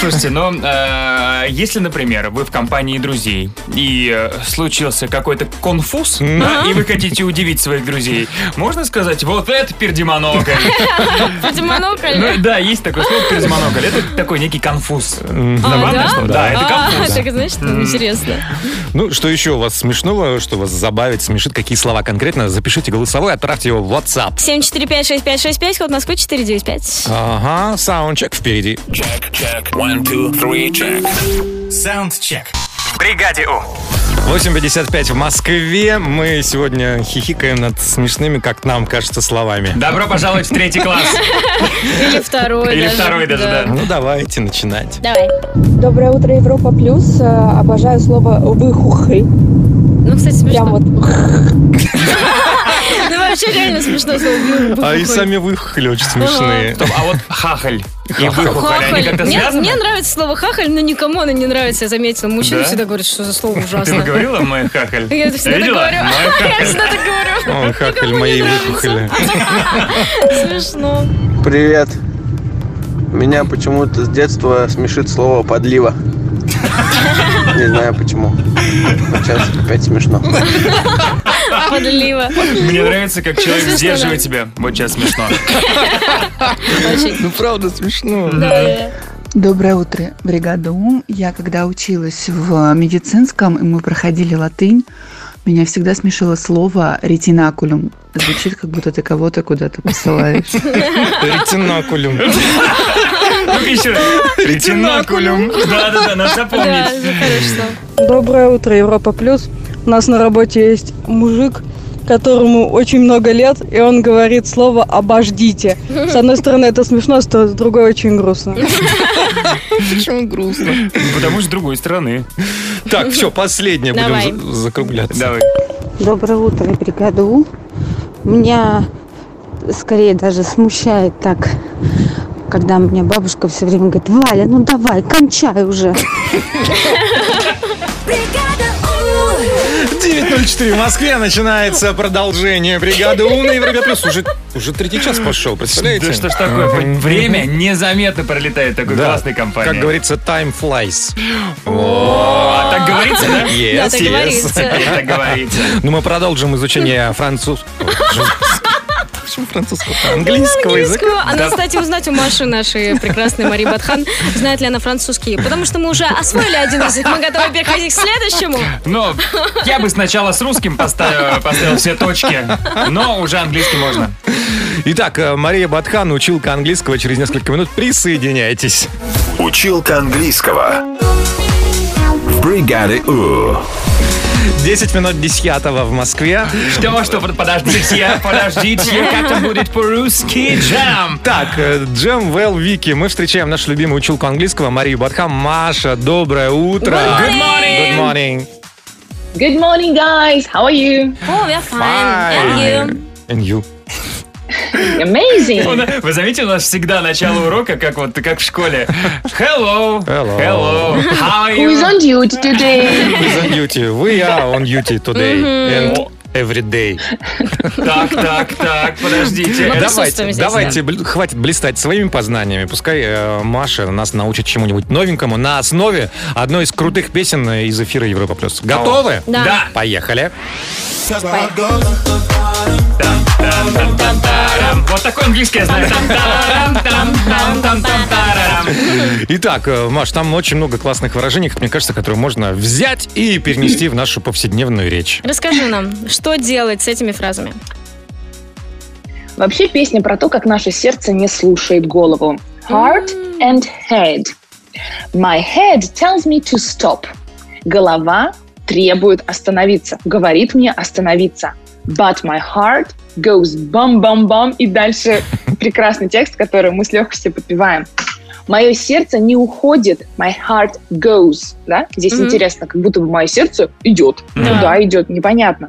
B: Слушайте, но э, если, например, вы в компании друзей и э, случился какой-то конфуз, да, и вы хотите удивить своих друзей, можно сказать, вот это пердемоноголь.
C: Фатимонокль.
B: Ну да, есть такое слово пердемоноголь. Это такой некий конфуз.
C: А,
B: Забавное слово? Да, это
C: А,
B: конфуз.
C: Так, значит, интересно.
A: Ну, что еще у вас смешного, что вас забавит, смешит, какие слова конкретно, запишите голосовой, отправьте его в WhatsApp.
C: 7456565, код Москвы 495.
A: Ага, саундчек впереди.
D: Саундчек. В бригаде У.
A: 8.55 в Москве. Мы сегодня хихикаем над смешными, как нам кажется, словами.
B: Добро пожаловать в третий класс.
C: Или второй
B: Или
C: даже.
B: второй даже, да.
A: Ну, давайте начинать.
C: Давай.
G: Доброе утро, Европа Плюс. Э, Обожаю слово «выхухоль».
C: Ну, кстати,
G: Прям
C: смешно.
G: вот
C: Ну, вообще реально смешно слово. «бу- бу-
A: А и
C: бухой».
A: сами выхухоли очень смешные.
B: Стоп, а вот хахаль и выхухоль, они
C: Хахаль.
B: как-то
C: Мне, мне
B: связаны?
C: нравится слово хахаль, но никому оно не нравится, я заметила. Мужчины
B: Да?
C: всегда говорят, что за слово
B: Ты
C: ужасно.
B: говорила мой хахаль?
C: Я это всегда так
B: Видела?
C: говорю.
B: Мой
C: Я
B: хахаль.
C: всегда так говорю.
A: О, хахаль
C: Никому не
A: моей
C: нравится.
A: выхухоли.
C: Смешно.
L: Привет. Меня почему-то с детства смешит слово подлива. Не знаю почему. Сейчас опять смешно.
C: Подлива.
B: Мне нравится, как человек
C: Смешно,
B: сдерживает тебя. Вот сейчас смешно.
C: Очень.
A: Ну, правда, смешно.
C: Да.
M: Доброе утро, бригада УМ. Я когда училась в медицинском, и мы проходили латынь, меня всегда смешило слово ретинакулум. Звучит, как будто ты кого-то куда-то посылаешь.
A: Ретинакулюм.
B: Ну-ка еще Ну, раз. Ретинакулюм. Да-да-да, надо
C: Да,
B: запомнить.
C: хорошо.
N: Доброе утро, Европа Плюс. У нас на работе есть мужик, которому очень много лет, и он говорит слово «обождите». С одной стороны, это смешно, а с то- с другой очень грустно.
C: Почему грустно?
B: Потому что с другой стороны.
A: Так, все, последнее.
B: Давай.
A: Будем за- закругляться.
B: Давай.
O: Доброе утро, бригада У. Меня скорее даже смущает так, когда мне бабушка все время говорит, Валя, ну давай, кончай уже.
A: 9.04 в Москве начинается продолжение бригады У на Европе Плюс. Уже, уже третий час пошел, представляете?
B: Да что ж такое, хоть время незаметно пролетает такой
A: Да.
B: классной компании.
A: Как говорится, time flies.
B: а так говорится, да?
A: Yes,
B: Да, так
A: yes.
B: говорится. Так говорится.
A: Ну, мы продолжим изучение француз... Почему французского? Английского
C: Английского.
A: языка.
C: А
A: Да.
C: надо, кстати, узнать у Маши нашей прекрасной Марии Батхан, знает ли она французский. Потому что мы уже освоили один язык, мы готовы переходить к следующему.
B: Но я бы сначала с русским поставил, поставил все точки, но уже английский можно.
A: Итак, э, Мария Батхан, училка английского. Через несколько минут присоединяйтесь.
P: Училка английского. В бригаде У.
A: 10 минут 10 в Москве.
B: Что, что, подождите, подождите, как там будет по-русски? Джам!
A: Так, э, Джем Вэл Вики. Мы встречаем нашу любимую училку английского Марию Батхам. Маша, доброе утро.
Q: Good morning.
A: Good morning.
Q: Good morning, guys. How are you?
C: Oh, we're
A: And you.
Q: Amazing.
B: Вы заметили, у нас всегда начало урока, как вот как в школе. Hello, hello, how are
Q: Who is
B: you?
Q: on duty today?
A: He's on duty. We are on duty today.
Q: Мгм.
A: And every day.
B: Так, так, так, подождите.
A: Ну, давайте, давайте, бл- хватит блистать своими познаниями. Пускай э, Маша нас научит чему-нибудь новенькому на основе одной из крутых песен из эфира Европа Плюс. Готовы?
B: Да. Да.
A: Поехали.
B: Там-там-там-тарам. Вот такой английский я знаю. Там-тарам-там-там-там-тарам.
A: Итак, э, Маш, там очень много классных выражений, как мне кажется, которые можно взять и перенести в нашу повседневную речь.
C: Расскажи нам, что делать с этими фразами?
Q: Вообще песня про то, как наше сердце не слушает голову. Heart and head. My head tells me to stop. Голова требует остановиться, говорит мне остановиться. But my heart goes бам-бам-бам. И дальше прекрасный текст, который мы с легкостью подпеваем. Мое сердце не уходит, my heart goes. Да? Здесь
R: Мгм.
Q: интересно, как будто бы мое сердце идет.
R: Да.
Q: Куда идет, непонятно.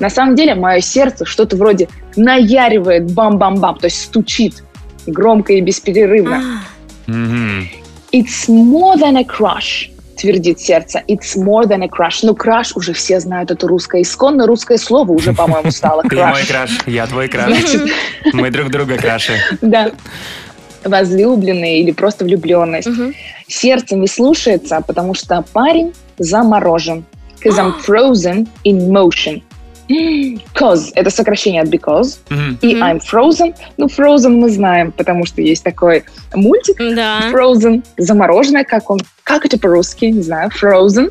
Q: На самом деле мое сердце что-то вроде наяривает бам-бам-бам, то есть стучит громко и бесперерывно. It's more than a crush, твердит сердце. It's more than a crush. Ну, crush уже все знают, это русское исконно русское слово уже, по-моему, стало.
B: Ты мой
Q: Crush.
B: краш, я твой краш.
Q: Значит.
B: Мы друг друга краши.
Q: Да. Возлюбленный или просто влюбленность. Сердце не слушается, потому что парень заморожен. Because I'm frozen in motion. Cause – это сокращение от because. И I'm frozen. Ну, frozen мы знаем, потому что есть такой мультик. Frozen. Замороженное, как он. Как это по-русски? Не знаю. Frozen.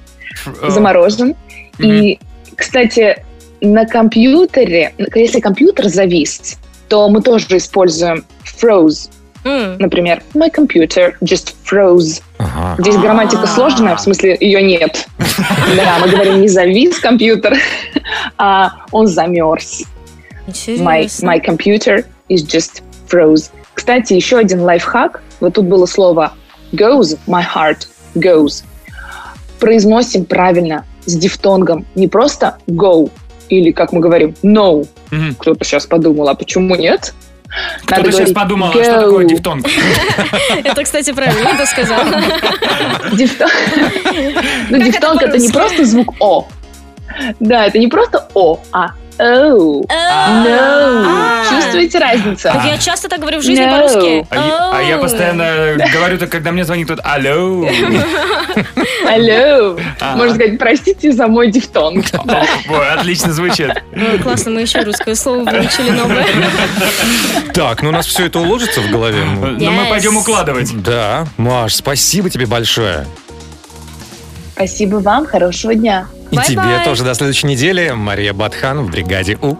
B: э,
Q: Заморожен. И, кстати, на компьютере, если компьютер завис, то мы тоже используем froze. Например, my computer just froze. Здесь грамматика сложная, в смысле ее нет. Да, мы говорим не завис компьютер, а он замерз. My,
C: Интересно.
Q: my computer is just froze. Кстати, еще один лайфхак. Вот тут было слово goes, my heart goes. Произносим правильно, с дифтонгом. Не просто go, или, как мы говорим, no. Кто-то сейчас подумал, а почему нет?
B: Кто-то сейчас
Q: говорить
B: подумал, а что
Q: go.
B: такое дифтонг?
C: Это, кстати, правильно, это сказал.
Q: Дифтонг. Ну, дифтонг это не просто звук О. Да, это не просто О, а «оу».
C: А.
Q: No. Чувствуете разницу?
C: Так я часто так говорю в жизни
Q: No.
C: по-русски.
B: А я- а я
C: Оу.
B: постоянно говорю, так, когда мне звонит тут «Алло».
Q: Алло.
B: Ага.
Q: Можно сказать, простите за мой дифтонг.
B: Ой, отлично звучит.
C: Ой, Ну, Классно, мы еще русское слово выучили новое.
A: Так, ну у нас все это уложится в голове.
B: Э, Ну,
C: Но мы Yes. пойдем
A: укладывать. Да. Маш, спасибо тебе большое.
Q: Спасибо вам, хорошего дня.
A: И тебе тоже до следующей недели. Мария Батхан в бригаде У.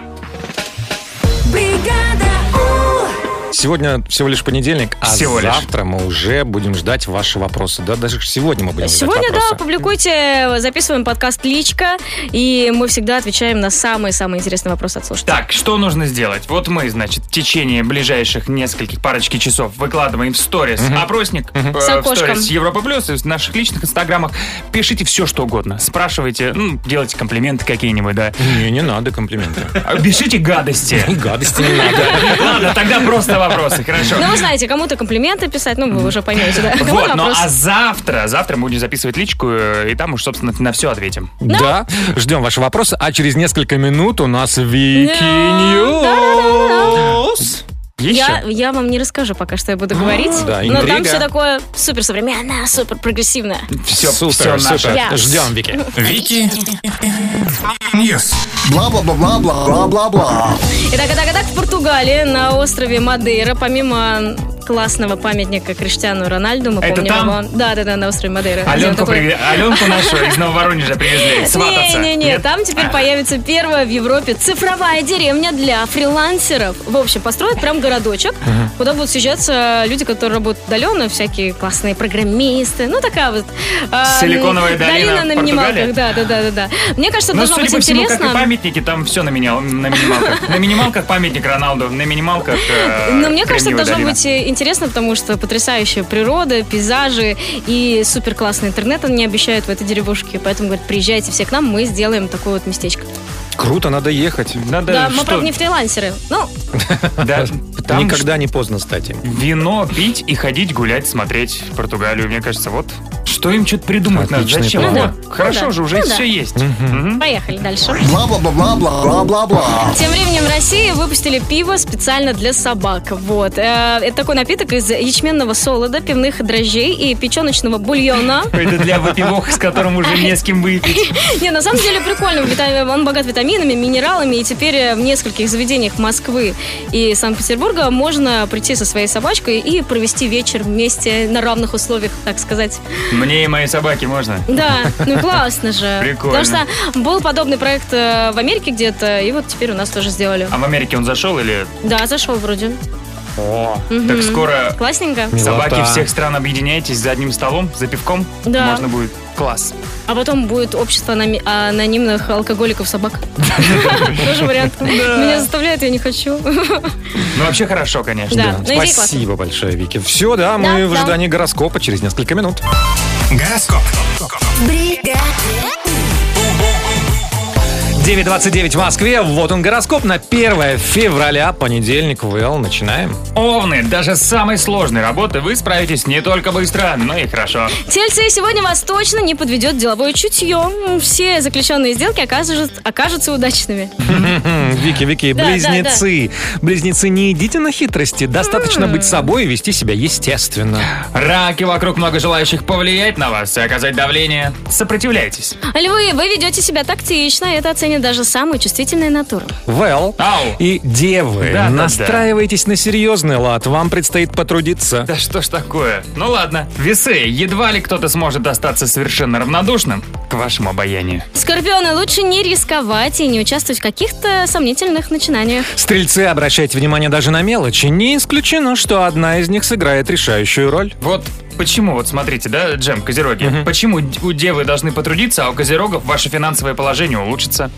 A: Сегодня всего лишь понедельник, а
B: Всего лишь.
A: завтра мы уже будем ждать ваши вопросы. Да, даже сегодня мы будем
C: Сегодня,
A: ждать
C: да,
A: вопросы.
C: публикуйте, записываем подкаст «Личка», и мы всегда отвечаем на самые-самые интересные вопросы от слушателей.
B: Так, что нужно сделать? Вот мы, значит, в течение ближайших нескольких парочки часов выкладываем в сторис
A: Мгм.
B: опросник э,
A: Мгм.
B: в
A: С окошком.
B: сторис Европа Плюс и в наших личных инстаграмах. Пишите все, что угодно. Спрашивайте, ну, делайте комплименты какие-нибудь, да.
A: Не, не надо комплименты.
B: Пишите гадости.
A: Гадости не надо.
B: Ладно, тогда просто вопросы, хорошо.
C: Ну, вы знаете, кому-то комплименты писать, ну, вы уже поймете, да. Кому
B: Вот, ну
C: вопрос?
B: а завтра, завтра мы будем записывать личку, э, и там уж, собственно, на все ответим.
C: Ну.
A: Да, ждем ваши вопросы, а через несколько минут у нас Вики Ньюс.
C: Я, я вам не расскажу пока, что
B: А,
C: я буду говорить.
A: Да,
C: но там
A: интрига.
C: все такое супер современное, супер прогрессивное.
A: Все,
B: всё
A: супер,
B: наше.
A: супер.
C: Я.
A: Ждем, Вики.
P: Вики. Ньюс. Бла-бла-бла-бла-бла-бла-бла.
C: Итак, итак, итак, в Португалии на острове Мадейра, помимо классного памятника Криштиану Рональду, мы
B: Это
C: помним
B: там?
C: его. Да, да, да, на острове Мадейра. Где он
B: Аленку,
C: такой-
B: приве- Аленку нашу из Нововоронежа привезли свататься.
C: Не-не-не,
B: Нет?
C: там теперь появится первая в Европе цифровая деревня для фрилансеров. В общем, построят прям городочек,
A: Мгм.
C: куда будут съезжаться люди, которые работают удаленно, всякие классные программисты. Ну, такая вот... а,
B: Силиконовая долина
C: на
B: в Португалии?
C: минималках, да, да, да, да, да. Мне кажется,
B: Ну,
C: должно
B: судя
C: быть
B: по всему, как и
C: интересно.
B: памятники, там все на, меня, на минималках. На минималках памятник Роналду, на минималках э,
C: Но Ну, мне кажется, это
B: Кремниевая
C: должно
B: долина.
C: быть э, интересно, потому что потрясающая природа, пейзажи и супер классный интернет они обещают в этой деревушке. Поэтому, говорят, приезжайте все к нам, мы сделаем такое вот местечко.
A: Круто, надо ехать.
B: Надо
C: Да, мы, правда, не фрилансеры. Ну,
A: Никогда не поздно стать им.
B: Вино пить и ходить гулять, смотреть Португалию. Мне кажется, вот что им что-то придумать надо.
A: Отличный
B: Зачем?
A: план.
B: Вот.
A: Ну
B: Хорошо же, уже
C: Ну да.
B: все есть.
C: Поехали дальше.
P: Бла-бла-бла-бла-бла-бла-бла.
C: Тем временем в России выпустили пиво специально для собак. Вот. Э, Это такой напиток из ячменного солода, пивных дрожжей и печеночного бульона.
B: Это для выпивок, с которым уже не с кем выпить.
C: Не, на самом деле прикольно. Витами- Он богат витаминами, минералами. И теперь э, в нескольких заведениях Москвы и Санкт-Петербурга можно прийти со своей собачкой и провести вечер вместе на равных условиях, так сказать.
B: Мне и моей собаке можно.
C: Да, ну классно же.
B: Прикольно.
C: Потому что был подобный проект э, в Америке где-то, и вот теперь у нас тоже сделали.
B: А в Америке он зашел или...
C: Да, зашел вроде.
B: О,
C: Мгм.
B: так скоро
C: Классненько.
B: собаки всех стран объединяйтесь за одним столом, за пивком.
C: Да.
B: Можно будет. Класс.
C: А потом будет общество анами- анонимных алкоголиков собак. Тоже вариант. Меня заставляют, я не хочу.
B: Ну, вообще хорошо, конечно.
C: Да, ну, идея классная.
A: Спасибо большое, Вики. Все, да, мы
C: Да,
A: в
C: да.
A: ожидании гороскопа через несколько минут. Гороскоп. 9.29 в Москве. Вот он гороскоп на 1 февраля, понедельник. Well, начинаем.
B: Овны, даже с самой сложной работы вы справитесь не только быстро, но и хорошо.
C: Тельцы, сегодня вас точно не подведет деловое чутье. Все заключенные сделки окажут- окажутся удачными.
A: Вики, Вики,
C: Да, да,
A: близнецы. Близнецы, не идите на хитрости. Достаточно быть собой и вести себя естественно.
B: Раки вокруг много желающих повлиять на вас и оказать давление. Сопротивляйтесь.
C: Львы, вы ведете себя тактично, это оценят даже самые чувствительные натуры.
A: Well и девы,
B: Да, да, да.
A: настраивайтесь на серьезный лад. Вам предстоит потрудиться.
B: Да что ж такое? Ну ладно. Весы, едва ли кто-то сможет остаться совершенно равнодушным к вашему обаянию.
C: Скорпионы, лучше не рисковать и не участвовать в каких-то сомнительных начинаниях.
A: Стрельцы, обращайте внимание даже на мелочи. Не исключено, что одна из них сыграет решающую роль.
B: Вот почему, вот смотрите, да, Джем, козероги, почему д- у девы должны потрудиться, а у козерогов ваше финансовое положение улучшится?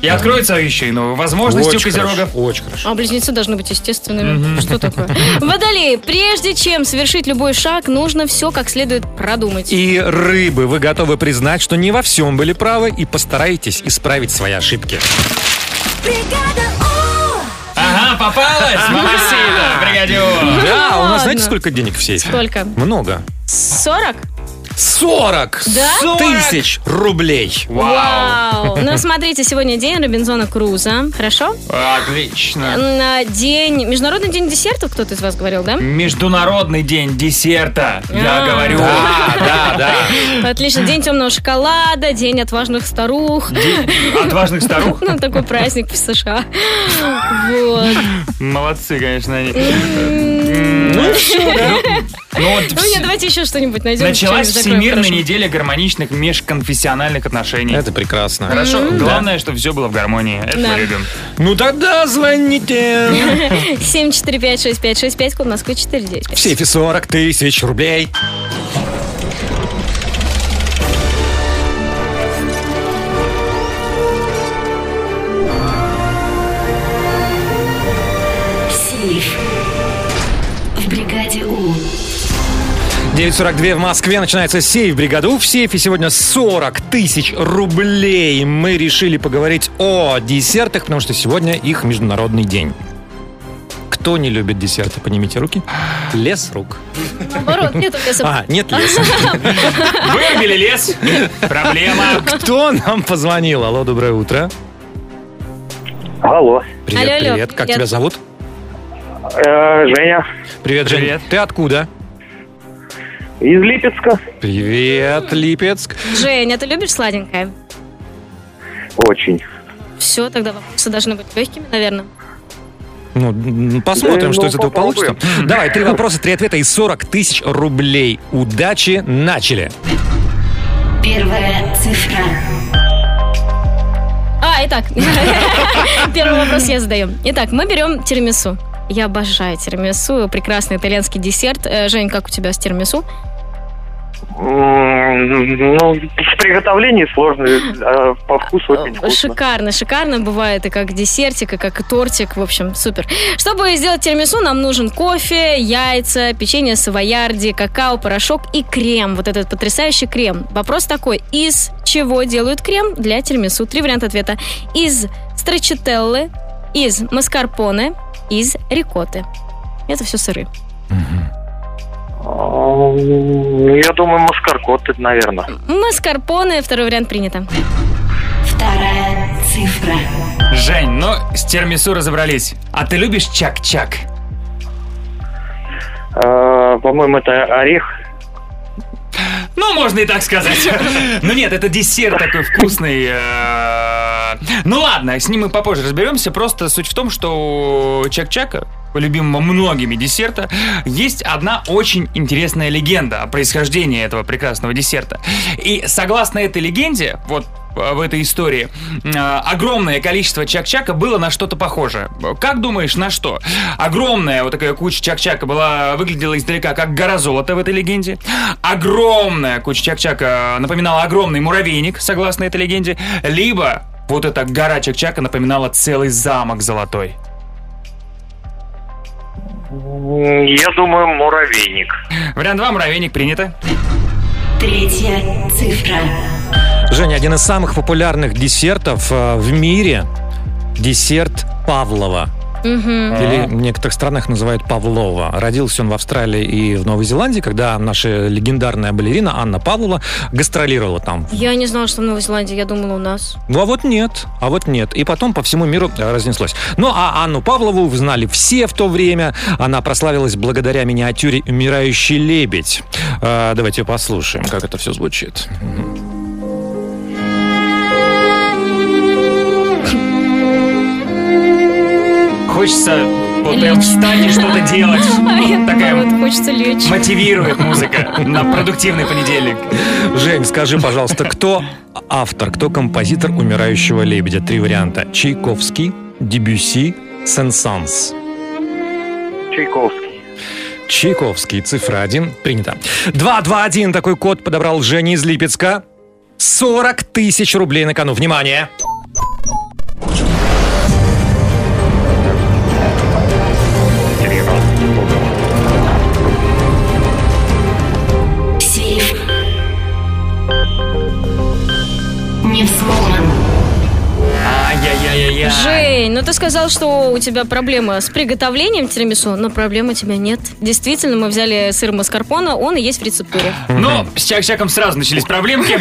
B: И откроются еще и новые возможности у
A: Очень хорошо,
B: козерогов.
A: Очень хорошо.
C: А близнецы должны быть естественными.
B: Мгм.
C: Что такое? Водолеи, прежде чем совершить любой шаг, нужно все как следует продумать.
A: И рыбы, вы готовы признать, что не во всем были правы и постарайтесь исправить свои ошибки.
B: Ага, попалась! Молодцы, бригадер!
A: Да, у
C: ладно.
A: нас знаете, сколько денег в сейфе?
C: Сколько?
A: Много.
C: 40?
A: 40
C: Да? 40?
A: тысяч рублей.
C: Вау! Ну, смотрите, сегодня день Робинзона Круза, хорошо?
B: Отлично.
C: На День... Международный день десертов кто-то из вас говорил, да?
B: Международный день десерта, я
C: А.
B: говорю.
A: Да, да,
C: Отлично. День темного шоколада, день отважных старух.
B: да. Отважных старух.
C: Ну, такой праздник в США. Вот.
B: Молодцы, конечно, они.
A: Ну и всё, да.
B: Ну, вот
C: Ну, нет, давайте еще что-нибудь найдем.
B: Началась
C: что-нибудь закроем,
B: Всемирная
C: хорошо.
B: неделя гармоничных межконфессиональных отношений.
A: Это прекрасно.
B: Хорошо.
C: Мгм.
B: Главное, чтобы все было в гармонии. Это
C: Да.
B: мы любим.
A: Ну тогда звоните.
C: 7456565, код Москвы
A: В
C: 495.
A: сейфе 40 тысяч рублей.
R: Сейф. В бригаде У.
A: 9.42 в Москве начинается сейф бригаду. В сейфе сегодня 40 тысяч рублей. Мы решили поговорить о десертах, потому что сегодня их международный день. Кто не любит десерты, поднимите руки. Лес рук.
C: Наоборот, нет у меня сап-
A: А, нет леса.
B: Вырубили лес. Проблема.
A: Кто нам позвонил? Алло, доброе утро.
F: Алло.
A: А, Привет,
F: Алло, алло,
A: привет. Как
F: привет.
A: тебя зовут?
F: Э, Женя.
A: Привет, Жень. Ты откуда?
F: Из Липецка.
A: Привет, Липецк.
C: Женя, ты любишь сладенькое?
F: Очень.
C: Все, тогда вопросы должны быть легкими, наверное.
A: Ну, м, посмотрим,
C: Да,
A: что
C: ну,
A: из этого
C: попробуем.
A: получится. Давай, три вопроса, три ответа и 40 тысяч рублей. Удачи, начали.
R: Первая цифра.
C: А, итак, первый вопрос я задаю. Итак, мы берем тирамису. Я обожаю тирамису, прекрасный итальянский десерт. Э, Жень, как у тебя с тирамису?
F: М, Ну, в приготовлении сложно, а по вкусу очень вкусно.
C: Э, Шикарно, шикарно бывает и как десертик, и как и тортик, в общем, супер. Чтобы сделать тирамису, нам нужен кофе, яйца, печенье савоярди, какао, порошок и крем. Вот этот потрясающий крем. Вопрос такой, из чего делают крем для тирамису? Три варианта ответа. Из строчителлы, из маскарпоне, из рикотты. Это все сыры.
F: Ну, я думаю, маскаркот, наверное.
C: Маскарпоне, второй вариант принято.
R: Вторая цифра.
B: Жень, ну с термису разобрались. А ты любишь чак-чак?
F: Э, По-моему, это орех.
B: Ну, можно и так сказать. Ну нет, это десерт такой вкусный. э, Ну ладно, с ним мы попозже разберемся. Просто суть в том, что у Чак-Чака, любимого многими десерта, есть одна очень интересная легенда о происхождении этого прекрасного десерта. И согласно этой легенде, вот э, в этой истории э, огромное количество чак-чака было на что-то похоже. Как думаешь, на что? Огромная вот такая куча чак-чака была, выглядела издалека как гора золота в этой легенде. Огромная куча чак-чака э, напоминала огромный муравейник, согласно этой легенде. Либо вот эта гора чак-чака напоминала целый замок золотой.
F: М, Я думаю, муравейник.
B: Вариант 2, муравейник принято.
R: Третья цифра.
A: Женя, один из самых популярных десертов э, в мире – десерт Павлова.
C: Мгм.
A: Или в некоторых странах называют Павлова. Родился он в Австралии и в Новой Зеландии, когда наша легендарная балерина Анна Павлова гастролировала там.
C: Я не знала, что в Новой Зеландии, я думала у нас.
A: Ну, а вот нет, а вот нет. И потом по всему миру э, разнеслось. Ну, а Анну Павлову знали все в то время. Она прославилась благодаря миниатюре «Умирающий лебедь». Э, давайте послушаем, как это все звучит.
B: Хочется вот прям встать и что-то делать. Такая
C: Вот хочется лечь.
B: мотивирует музыка на продуктивный понедельник.
A: Жень, скажи, пожалуйста, кто автор, кто композитор «Умирающего лебедя»? Три варианта. Чайковский, Дебюси, Сен-Санс.
F: Чайковский.
A: Чайковский, цифра 1, принято. 221, такой код подобрал Женя из Липецка. 40 тысяч рублей на кону. Внимание!
R: Сейф. Не взломан.
B: Ай-яй-яй-яй-яй.
C: Жень, ну ты сказал, что у тебя проблема с приготовлением тирамису, но проблем у тебя нет. Действительно, мы взяли сыр маскарпоне, он и есть в рецептуре.
B: Ну, с Чак-Чаком сразу начались проблемки.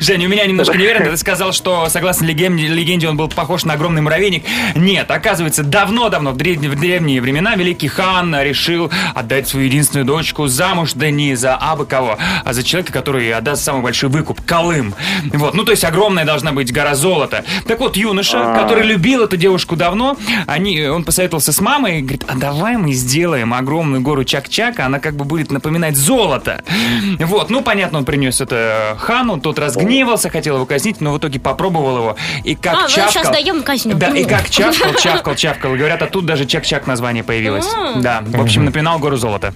B: Жень, у меня немножко неверно. Ты сказал, что, согласно легенде, легенде, он был похож на огромный муравейник. Нет, оказывается, давно-давно, в, древне- в древние времена, великий хан решил отдать свою единственную дочку замуж, да не за абы кого, а за человека, который отдаст самый большой выкуп — Колым. Вот, ну то есть огромная должна быть гора золота. Так вот, юноша, который любил эту девушку давно. Они, э, он посоветовался с мамой и говорит, а давай мы сделаем огромную гору Чак-Чака, она как бы будет напоминать золото. Вот, ну понятно, он принес это хану, тот разгневался, хотел его казнить, но в итоге попробовал его. И как
C: а,
B: чавкал...
C: ну сейчас даем казню.
B: Да, и как чавкал, чавкал, чавкал. Говорят, а тут даже чак-чак название появилось.
C: М.
B: Да, в общем, напоминал гору золота.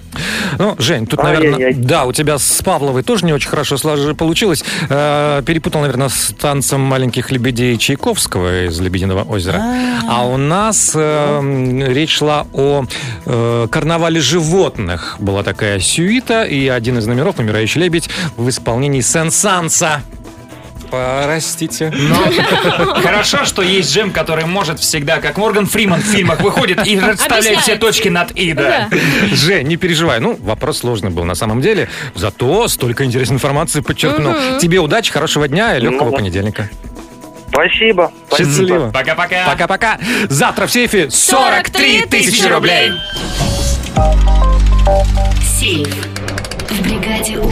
A: Ну, Жень, тут, наверное, да, у тебя с Павловой тоже не очень хорошо слож- получилось. Э, Перепутал, наверное, с танцем маленьких лебедей Чайковского из «Лебединого озера». А у нас э, м, речь шла о э, карнавале животных. Была такая сюита, и один из номеров «Умирающий лебедь» в исполнении Сен-Санса. Простите.
B: Хорошо, что есть Джем, который может всегда, как Морган Фриман в фильмах, выходит и расставляет
A: Объясняет.
B: все точки над «и», да.
A: Жень, не переживай. Ну, вопрос сложный был на самом деле. Зато столько интересной информации подчеркнул.
B: Мгм.
A: Тебе удачи, хорошего дня и легкого понедельника.
F: Спасибо.
A: Счастливо.
B: Пока-пока.
A: Пока-пока. Завтра в сейфе 43 тысячи рублей.
R: Сейф. В бригаде У.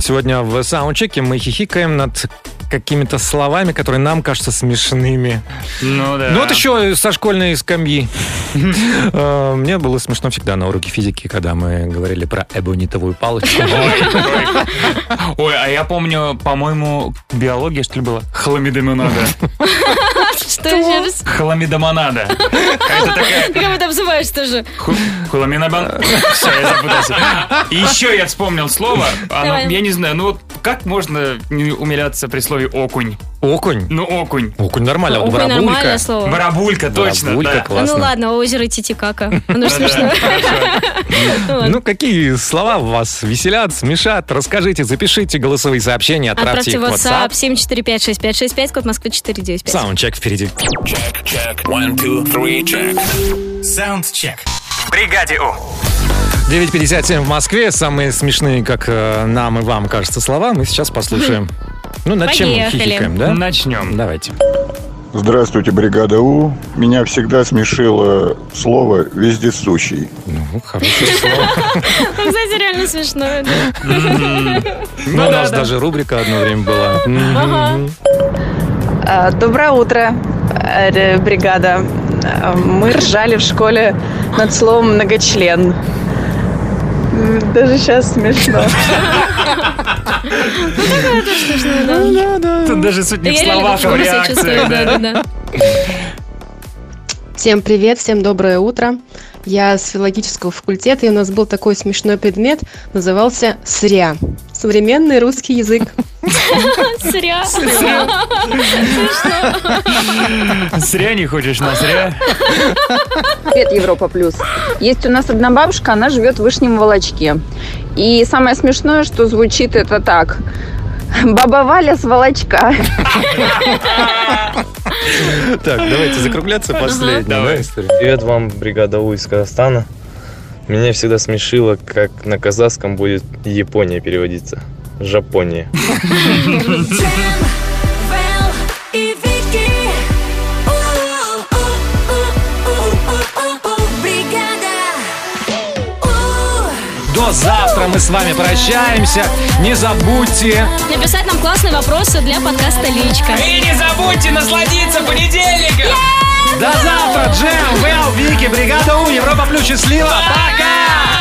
A: Сегодня в саундчеке мы хихикаем над какими-то словами, которые нам кажутся смешными.
B: Ну да.
A: Ну вот еще со школьной скамьи. Э, Мне было смешно всегда на уроке физики, когда мы говорили про эбонитовую палочку.
B: Ой, а я помню, по-моему, биология, что ли, была? Хламидомонада.
C: Что сейчас?
B: Хламидомонада.
C: Кого ты обзываешь тоже?
B: Хуламинобан. Все, я запутался. И еще я вспомнил слово. Оно-
C: Давай.
B: я не знаю, ну вот как можно не умиляться при слове окунь?
A: Окунь?
B: Ну, окунь.
A: Окунь нормально,
C: а вот Окунь барабулька- нормальное слово.
B: Барабулька, точно,
A: Барабулька,
B: да.
A: классно.
C: Ну ладно, озеро Титикака. Оно же
A: Да-да,
C: смешно.
A: Ну, какие слова вас веселят, смешат? Расскажите, запишите голосовые сообщения, отправьте
C: Отправьте
A: их в
C: WhatsApp
A: WhatsApp.
C: 7456565, код Москвы 495.
A: Саундчек впереди.
P: One, two, three, check. Саундчек. Бригаде У.
A: 9.57 в Москве. Самые смешные, как э, нам и вам кажется, слова мы сейчас послушаем. Ну, над чем мы
C: Поехали.
A: хихикаем, да?
B: Начнем.
A: Давайте.
S: Здравствуйте, бригада У. Меня всегда смешило слово «вездесущий».
A: Ну, хорошее
C: Ну, кстати, реально смешно. да.
A: Ну, у нас даже рубрика одно время была. Мгм.
T: А, Доброе утро, э, ре- бригада. А, Мы ржали в школе над словом «многочлен». М, Даже сейчас смешно.
C: Да, да.
B: Тут даже суть не в
C: Я реально
B: словах,
C: как
B: а в
C: дома себя чувствую,
B: реакциях. да.
C: да-да-да.
U: Всем привет, всем доброе утро. Я с филологического факультета, и у нас был такой смешной предмет, назывался «Сря». Современный русский язык.
C: Сря.
B: Сря. Зря не хочешь на зря.
V: Привет, Европа Плюс. Есть у нас одна бабушка, она живет в Вышнем Волочке. И самое смешное, что звучит это так. Баба Валя с Волочка.
A: Так, давайте закругляться последний.
W: Привет вам, бригада У из Казахстана. Меня всегда смешило, как на казахском будет Япония переводиться. Жапония.
E: и Вики. У-у-у-у-у-у-у. Бригада.
A: До завтра мы с вами прощаемся. Не забудьте
C: Написать нам классные вопросы для подкаста «Личка».
B: И не забудьте насладиться понедельником.
A: До завтра, Джем, Вэл, Вики, бригада У, Европа Плюс, счастливо, пока!